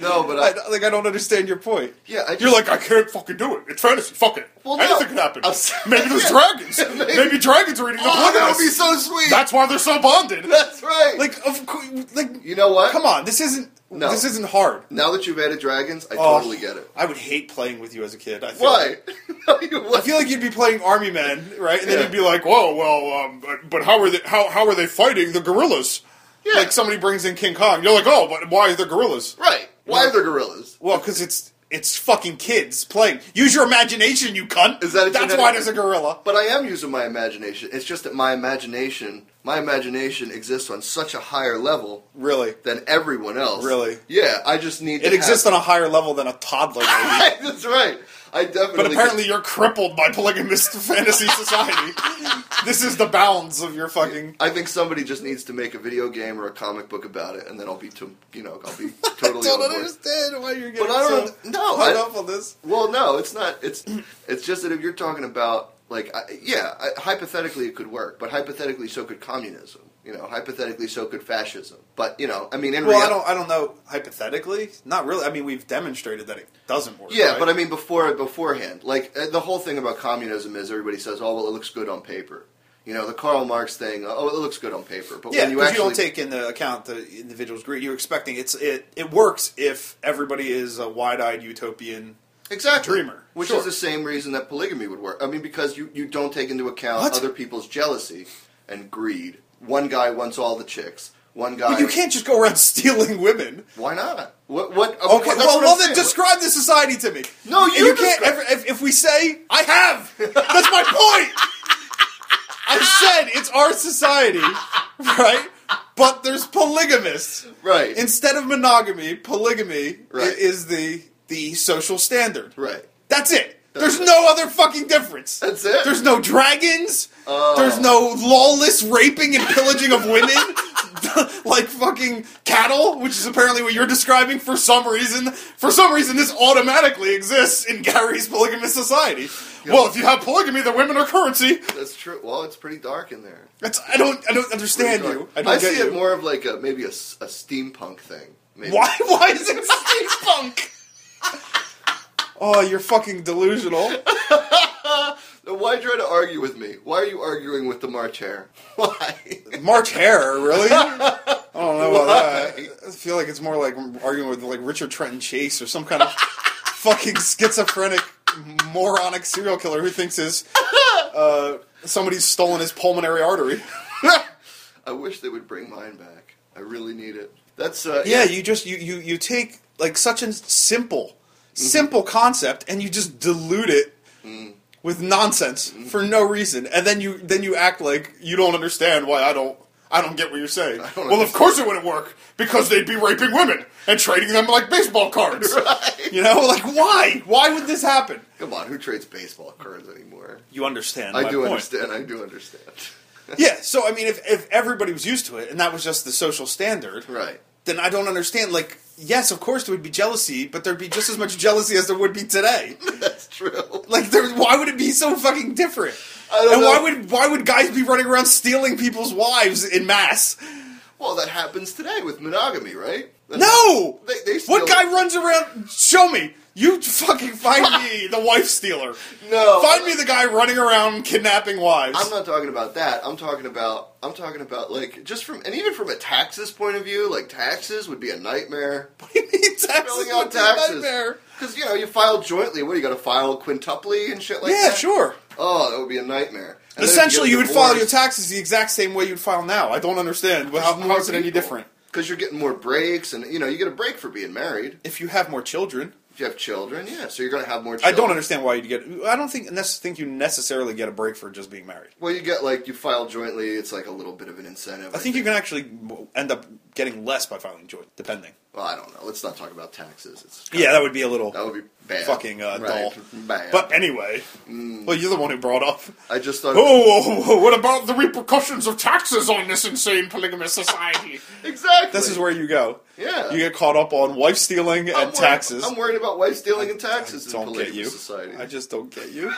No, but I, I, like I don't understand your point. Uh, Yeah, I you're just- like I can't fucking do it. It's fantasy. Fuck it. Well, no. Anything can happen. (laughs) I'm sorry. Maybe there's (laughs) Yeah. dragons. Maybe- maybe. dragons are eating the (laughs) oh, that planet. would be so sweet. That's why they're so bonded. (laughs) That's right. like of cou- like you know what? come on. This isn't No. this isn't hard. Now that you've added dragons, I Oh, totally get it. I would hate playing with you as a kid. I feel Why? (laughs) no, you I feel like you'd be playing army men, right? And then Yeah. you'd be like, "Whoa, well, um, but, but how are they? How, how are they fighting the gorillas?" Yeah. Like somebody brings in King Kong, you're like, "Oh, but why are there gorillas?" right. Why are there gorillas? Well, because it's it's fucking kids playing. Use your imagination, you cunt. Is that a that's genetic- why there's a gorilla? But I am using my imagination. It's just that my imagination, my imagination exists on such a higher level Really, than everyone else. Really? Yeah. I just need. it to exists on a higher level than a toddler, maybe. Have... That's (laughs) right. I definitely. But apparently, you're crippled by polygamous (laughs) fantasy society. this is the bounds of your fucking. I think somebody just needs to make a video game or a comic book about it, and then I'll be, to, you know, (laughs) I'll be totally. I don't on board. understand why you're getting But I so don't. No, hung I, up on this. Well, no, it's not. It's it's just that if you're talking about like, I, yeah, I, hypothetically it could work, but hypothetically so could communism. You know, hypothetically so could fascism. But you know, I mean, in Well, I reality, don't. I don't know. Hypothetically, not really. I mean, we've demonstrated that it doesn't work. yeah, right? but I mean, before beforehand, like uh, the whole thing about communism is everybody says, oh, well, it looks good on paper. You know, the Karl Marx thing, oh, it looks good on paper, but yeah, when you because actually you don't take into account the individual's greed. You're expecting it's it. It works if everybody is a wide-eyed utopian. Exactly. Dreamer. Which Sure. is the same reason that polygamy would work. I mean, because you, you don't take into account What? other people's jealousy and greed. One guy wants all the chicks. One guy. But you can't just go around (laughs) stealing women. Why not? What? What? Okay, that's well, what well I'm then saying. describe the society to me. No, And you can't. describe- Ever, if, if we say I (laughs) have, that's my point. I said it's our society, right? But there's polygamists. Right. Instead of monogamy, polygamy i- Right. is the the social standard. right. That's it. That's There's it. no other fucking difference. That's it. There's no dragons. Oh. There's no lawless raping and pillaging of women, (laughs) like fucking cattle, which is apparently what you're describing for some reason. For some reason, this automatically exists in Gary's polygamous society. Well, if you have polygamy, the women are currency. That's true. Well, it's pretty dark in there. That's I don't I don't Pretty understand dark. you. I don't get see you. it more of like a maybe a, s- a steampunk thing. Maybe. Why? Why is it steampunk? (laughs) oh, you're fucking delusional. Why try to argue with me? Why are you arguing with the March Hare? (laughs) Why? March Hare, really? I don't know about Why? that. I feel like it's more like arguing with like Richard Trenton Chase or some kind of fucking schizophrenic, moronic serial killer who thinks his uh, somebody's stolen his pulmonary artery. I wish they would bring mine back. I really need it. That's uh, yeah, you just you you you take like such a simple, Mm-hmm. simple concept and you just dilute it. Mm. With nonsense Mm-hmm. for no reason, and then you then you act like you don't understand why I don't I don't get what you're saying. Well, don't of course it wouldn't work because they'd be raping women and trading them like baseball (laughs) cards. You know, like why? Why would this happen? Come on, who trades baseball cards anymore? You understand? I do understand. I do understand. (laughs) Yeah. So I mean, if if everybody was used to it and that was just the social standard, right. (laughs) then I don't understand. Like, yes, of course there would be jealousy, but there'd be just as much jealousy as there would be today. (laughs) That's true. Like, there, why would it be so fucking different? I don't and know. why would why would guys be running around stealing people's wives in mass? Well, that happens today with monogamy, right? That's- No. They- they steal- what guy runs around? Show me. You fucking find (laughs) me the wife stealer. No. Find me the guy running around kidnapping wives. (laughs) I'm not talking about that. I'm talking about I'm talking about like just from and even from a taxes point of view, like taxes would be a nightmare. what do you mean taxes? Filling out What's a taxes nightmare? because you know you file jointly. What do you got to file quintuply and shit like yeah, that? sure. Oh, that would be a nightmare. And then if Essentially, get you would file your divorced- taxes the exact same way you'd file now. I don't understand. Well, How, how is it any different? because you're getting more breaks, and you know you get a break for being married. If you have more children, If you have children, yeah, so you're going to have more. I Children. don't understand why you'd get. I don't think nec- think you necessarily get a break for just being married. Well, you get like you file jointly. It's like a little bit of an incentive. I think you can actually end up getting less by filing joint, depending. Well, I don't know. Let's not talk about taxes. It's Yeah, that would be a little that would be bad. fucking uh, Right. dull. (laughs) Bad. But anyway, Mm. well, you're the one who brought up. (laughs) I just thought. Oh, what about the repercussions of taxes on this insane polygamous (laughs) society? exactly. this is where you go. Yeah. you get caught up on wife stealing and I'm worried- taxes. I'm worried about wife stealing and taxes in don't get polygamy you. society. I just don't get (laughs) you.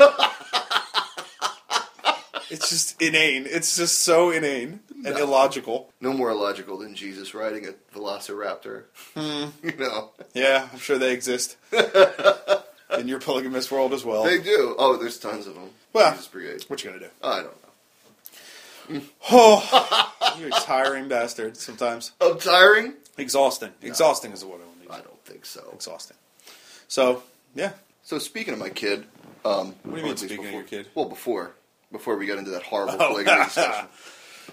it's just inane. It's just so inane. and illogical. No more illogical than Jesus riding a velociraptor. Hmm. (laughs) you know, Yeah, I'm sure they (laughs) exist in your polygamous world as well. they do. Oh, there's tons of them. Well- Jesus Brigade. What you gonna do? I don't know. (laughs) Oh, you tiring bastard. Sometimes I'm Oh, tiring. exhausting. Exhausting is the word I want to I use. don't think so. Exhausting. So yeah, So speaking of my kid, um, What do you mean or at least speaking of before- your kid? Well, before before we got into that horrible (laughs) polygamy discussion,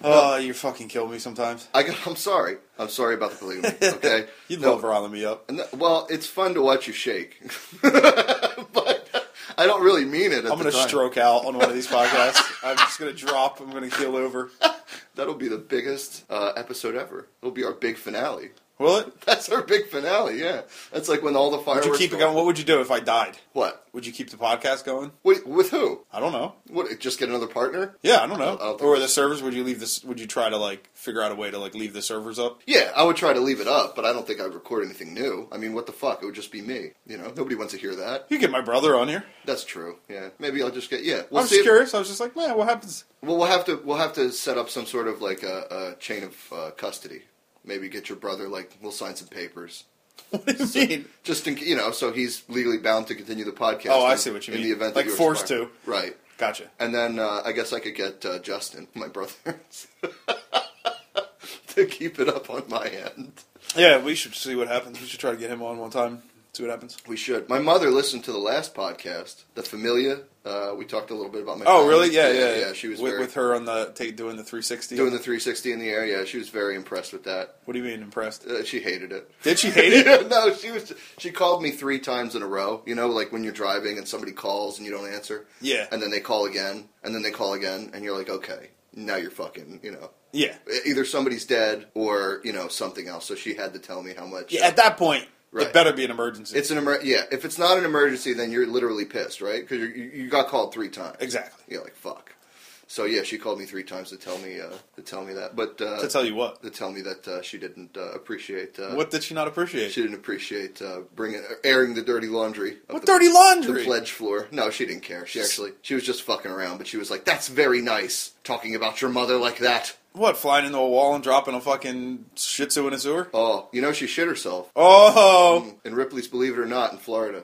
oh, you fucking kill me sometimes. I got, I'm sorry. I'm sorry about (laughs) the polygamy. Okay, You No, love riling me up. and that- well, it's fun to watch you shake, (laughs) but I don't really mean it. At I'm the gonna time. stroke out on one of (laughs) these podcasts. I'm just gonna drop. I'm gonna keel over. That'll be the biggest uh, episode ever. It'll be our big finale. Will it? (laughs) That's our big finale. Yeah, that's like when all the Would fireworks. you keep it go- going? What would you do if I died? What? Would you keep the podcast going? Wait, with who? I don't know. What? Just get another partner? Yeah, I don't know. I don't think or so. the servers? Would you leave this? Would you try to like figure out a way to like leave the servers up? Yeah, I would try to leave it up, but I don't think I'd record anything new. I mean, what the fuck? It would just be me. You know, nobody wants to hear that. You get my brother on here. That's true. Yeah, maybe I'll just get yeah. We'll I'm see. just If, curious. I was just like, man, what happens? (laughs) well, we'll have to we'll have to set up some sort of like a, a chain of uh, custody. Maybe get your brother like we'll sign some papers. What do you mean? Just in, you know, so he's legally bound to continue the podcast. Oh, I in- see what you in mean. The event Like that you forced expire. to. right? Gotcha. And then uh, I guess I could get uh, Justin, (laughs) my brother, to keep it up on my end. Yeah, we should see what happens. We should try to get him on one time. See what happens. We should. My mother listened to the last podcast, the Familia. Uh, we talked a little bit about my. Oh, family. really? Yeah, yeah, yeah. Um, She was with, very, with her on the take doing the 360. doing the 360 in the air. Yeah, she was very impressed with that. what do you mean impressed? Uh, she hated it. Did she hate (laughs) it? no, she was. She called me three times in a row. You know, like when you're driving and somebody calls and you don't answer, Yeah. and then they call again, and then they call again, and you're like, okay, now you're fucking, you know. Yeah. Either somebody's dead or you know something else. So she had to tell me how much. Yeah. At that point, Right. it better be an emergency. It's an emer- yeah. If it's not an emergency, then you're literally pissed, right? Because you you got called three times. exactly. Yeah, like fuck. So yeah, she called me three times to tell me uh, to tell me that, but uh, to tell you what. to tell me that uh, she didn't uh, appreciate uh, What did she not appreciate? she didn't appreciate uh, bringing airing the dirty laundry. up what the- dirty laundry? The pledge floor. No, she didn't care. She actually she was just fucking around, but she was like, "That's very nice talking about your mother like that." What, flying into a wall and dropping a fucking shih tzu in a sewer? Oh, you know she shit herself Oh, in Ripley's Believe It or Not in (laughs) Florida.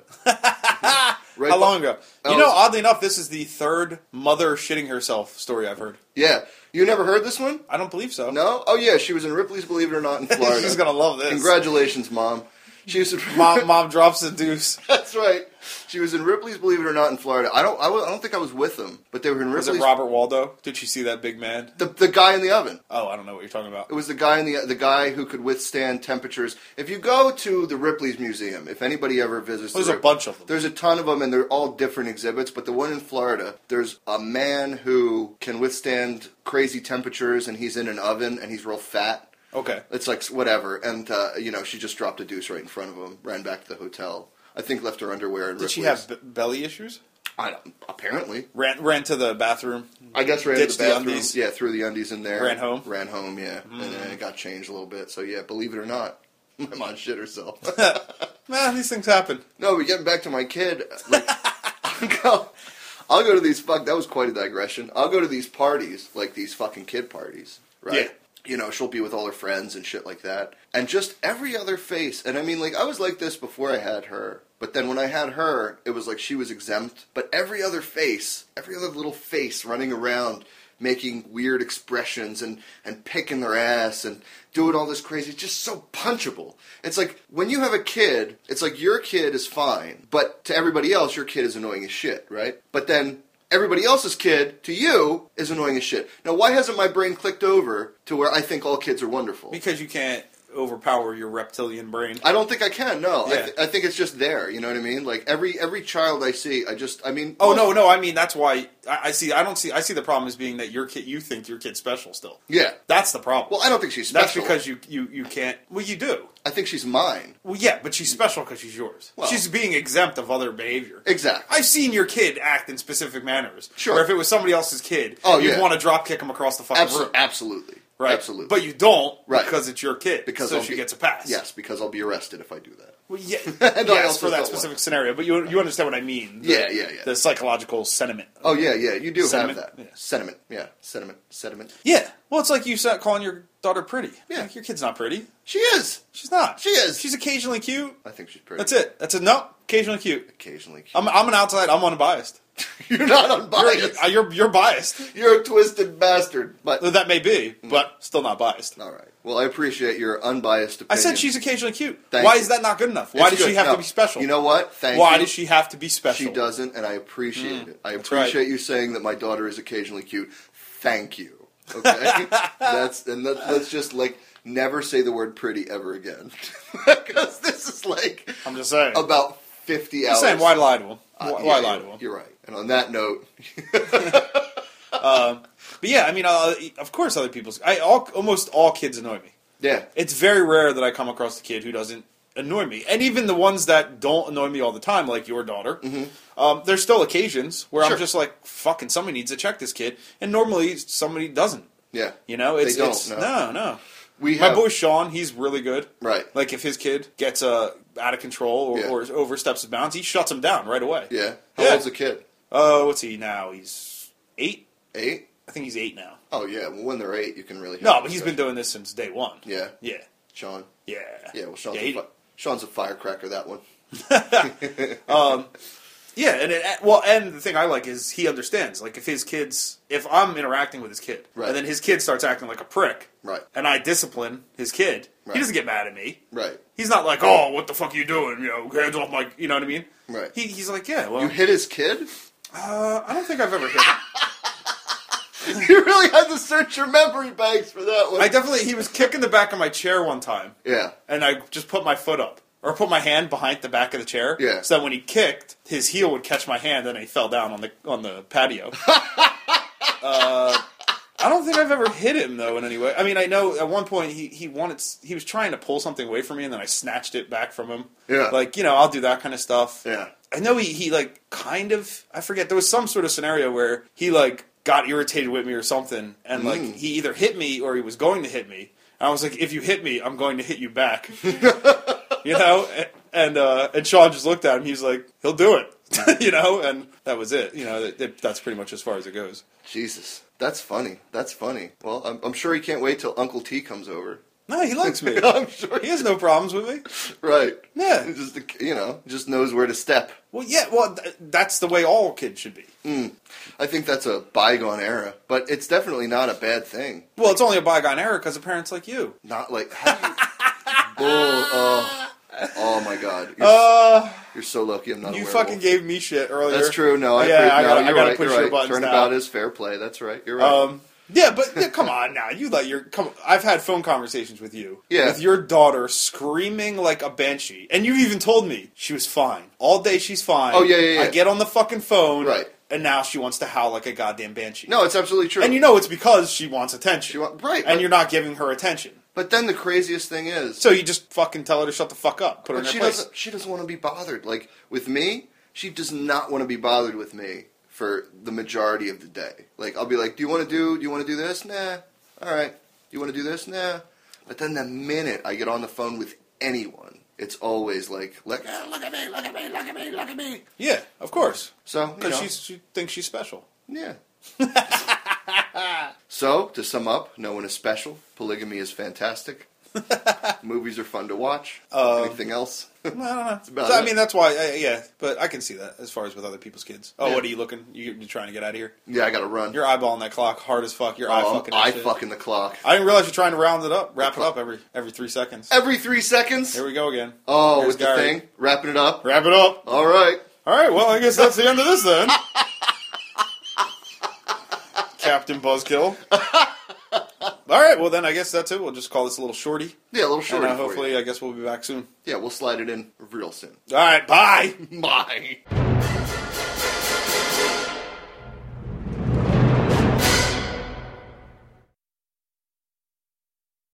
right how bu- long ago? Oh, You know, it's- oddly enough, this is the third mother shitting herself story I've heard. Yeah, you never heard this one? I don't believe so. (laughs) No. Oh yeah, she was in Ripley's Believe It or Not in Florida. She's gonna love this. Congratulations, mom. She was in (laughs) Mom, mom drops a deuce. (laughs) That's right. She was in Ripley's Believe It or Not in Florida. I don't. I, wa- I don't think I was with them, but they were in Was Ripley's. it Robert Waldo? Did she see that big man? The, the guy in the oven. Oh, I don't know what you're talking about. It was the guy in the the guy who could withstand temperatures. If you go to the Ripley's Museum, if anybody ever visits, There's the a Rip- bunch of them. There's a ton of them, and they're all different exhibits. But the one in Florida, there's a man who can withstand crazy temperatures, and he's in an oven, and he's real fat. Okay. It's like whatever, and uh, you know she just dropped a deuce right in front of him, ran back to the hotel. I think left her underwear. In Did she Ripley's. have b- belly issues? I don't, apparently. Ran ran to the bathroom. I guess ran Ditched to the the bathroom. undies. yeah, threw the undies in there. Ran home? Hmm. Ran home. Yeah, and then it got changed a little bit. So yeah, believe it or not, (laughs) my mom shit herself. Man, these things happen. no, but getting back to my kid, like, I'll go. I'll go to these fuck. That was quite a digression. I'll go to these parties, like these fucking kid parties, right? Yeah. You know, she'll be with all her friends and shit like that, and just every other face. And I mean, like I was like this before I had her, but then when I had her, it was like she was exempt. But every other face, every other little face running around, making weird expressions and and picking their ass and doing all this crazy, it's just so punchable. It's like when you have a kid, it's like your kid is fine, but to everybody else, your kid is annoying as shit, right? But then everybody else's kid to you is annoying as shit. Now, why hasn't my brain clicked over to where I think all kids are wonderful? Because you can't overpower your reptilian brain. I don't think I can. No, I, Yeah. th- I think it's just there. You know what I mean? Like every every child I see, I just, I mean, Oh no, no, I mean that's why I, I see. I don't see. I see the problem as being that your kid, you think your kid's special still. yeah. That's the problem. Well, I don't think she's special. that's because you you you can't. Well, you do. I think she's mine. Well, yeah, but she's special because she's yours. Well- she's being exempt of other behavior. Exactly. I've seen your kid act in specific manners. Sure. Or if it was somebody else's kid, Oh, you'd yeah. want to drop kick him across the fucking Abso- room. absolutely. Right. Absolutely. But you don't Right. because it's your kid. because so I'll she be- gets a pass. Yes, because I'll be arrested if I do that. Well, (laughs) yeah, I yes, also for that don't specific like- scenario, but you you understand what I mean? The- Yeah, yeah, yeah. The psychological sentiment. Oh yeah, yeah. You do Sediment? have that Yeah. sentiment. Yeah, sentiment, sediment. Yeah. Well, it's like you sat calling your daughter pretty. Yeah. Like, your kid's not pretty. She is. She's not. She is. She's occasionally cute. I think she's pretty. That's it. That's it. No, occasionally cute. Occasionally, cute. (laughs) I'm I'm an outside. I'm unbiased. you're not You're unbiased. uh, you're, you're biased. You're a twisted bastard. But That may be, but still not biased. all right. Well, I appreciate your unbiased I opinion. said she's occasionally cute. Thank Why you. is that not good enough? It's Why does good. she have No. to be special? You know what? Thank Why you. does she have to be special? Mm, She doesn't, and I appreciate it. I right. appreciate you saying that my daughter is occasionally cute. Thank you. (laughs) Okay, that's and that, let's just like never say the word pretty ever again (laughs) because this is like I'm just saying. I'm about fifty hours. just saying. Why lie to him? Why, Uh, yeah, why you're- lie to him? You're right. And on that note, But yeah, I mean, uh, of course, other people's. I all, almost all kids annoy me. yeah, It's very rare that I come across a kid who doesn't annoy me, and even the ones that don't annoy me all the time, like your daughter. Um, there's still occasions where Mm-hmm. Sure. I'm just like, "Fucking somebody needs to check this kid," and normally somebody doesn't. yeah. You know, They it's, don't, it's no. no, no. We My have- boy Sean, he's really good. Right. Like if his kid gets uh, out of control or, Yeah. or oversteps his bounds, he shuts him down right away. Yeah. How Yeah. old's the kid? Oh, what's he now? He's eight. Eight. I think he's eight now. Oh yeah. Well, when they're eight, you can really. No, but have them, he's so- been doing this since day one. Yeah, Yeah. Sean. Yeah. Yeah. Well, Sean's, Yeah, a, he- fi- Sean's a firecracker. That one. Yeah, and it, well, and the thing I like is he understands. Like if his kids, if I'm interacting with his kid, Right. and then his kid starts acting like a prick, Right. and I discipline his kid, Right. he doesn't get mad at me. Right. He's not like, oh, what the fuck are you doing? You know, hands off my, you know what I mean? Right. He, he's like, yeah, well, You hit his kid. (laughs) uh, I don't think I've ever hit him. you really had to search your memory banks for that one. I definitely, he was kicking the back of my chair one time, yeah. and I just put my foot up or put my hand behind the back of the chair, Yeah. so that when he kicked, his heel would catch my hand, and he fell down on the on the (laughs) patio. uh, I don't think I've ever hit him though in any way. I mean, I know at one point he he wanted s- he was trying to pull something away from me, and then I snatched it back from him. Yeah. like you know, I'll do that kind of stuff. Yeah. I know he, he like kind of I forget there was some sort of scenario where he like got irritated with me or something and like Mm. he either hit me or he was going to hit me. And I was like, if you hit me, I'm going to hit you (laughs) back. you know? And and, uh, and Sean just looked at him. He's like, he'll do it. (laughs) you know? And that was it. You know, that, that, that's pretty much as far as it goes. Jesus. That's funny. That's funny. Well, I'm, I'm sure he can't wait till Uncle T comes over. (laughs) No, he likes me. I'm sure. he has no problems with me. Right. Yeah. He Just you know, just knows where to step. Well, yeah, well, th- that's the way all kids should be. Mm. I think that's a bygone era, but it's definitely not a bad thing. Well, it's only a bygone era because of parents like you. Not like (laughs) how do you, bull. Oh, oh my God, you're, Uh, you're so lucky. I'm not. You a fucking werewolf. gave me shit earlier. That's true. No, I, yeah, agree. I no, gotta, you're I gotta right, push you're your right. buttons Turnabout now. is fair play. That's right. You're right. um, yeah, but yeah, come on now. You let your come. I've had phone conversations with you. Yeah. with your daughter screaming like a banshee, and you even told me she was fine all day. She's fine. Oh, yeah, yeah, yeah. I get on the fucking phone. Right. And now she wants to howl like a goddamn banshee. no, it's absolutely true. And you know it's because she wants attention. She wa- right, And but- you're not giving her attention. but then the craziest thing is, So you just fucking tell her to shut the fuck up. Put her But in she her place. doesn't. She doesn't want to be bothered. Like with me, she does not want to be bothered with me for the majority of the day. Like I'll be like, "Do you want to do? Do you want to do this? Nah. All right. Do you want to do this? Nah." But then the minute I get on the phone with anyone, it's always like, "Like, "Ah, look at me, look at me, look at me, look at me." Yeah, of course. So you know, Because she thinks she's special. (laughs) yeah. so to sum up, no one is special. Polygamy (laughs) is fantastic. Movies are fun to watch. Um, Anything else? (laughs) Well, I don't know. about So, I it. mean, that's why, I, yeah. But I can see that as far as with other people's kids. Oh, Yeah. what are you looking? You, you trying to get out of here? yeah, I gotta run. You're eyeballing that clock hard as fuck. You're eye Um, fucking. that I shit. fucking the clock. I didn't realize you're trying to round it up, wrap it up every every three seconds. Every three seconds? Here we go again. Oh, There's with the Gary. thing? Wrapping it up? Wrap it up. All right. All right. Well, I guess that's the end of this (laughs) then. Captain Buzzkill. All right. Well, then I guess that's it. We'll just call this a little shorty. Yeah, a little shorter. and uh, for you. hopefully, I guess we'll be back soon. Yeah, we'll slide it in real soon. All right. Bye. Bye.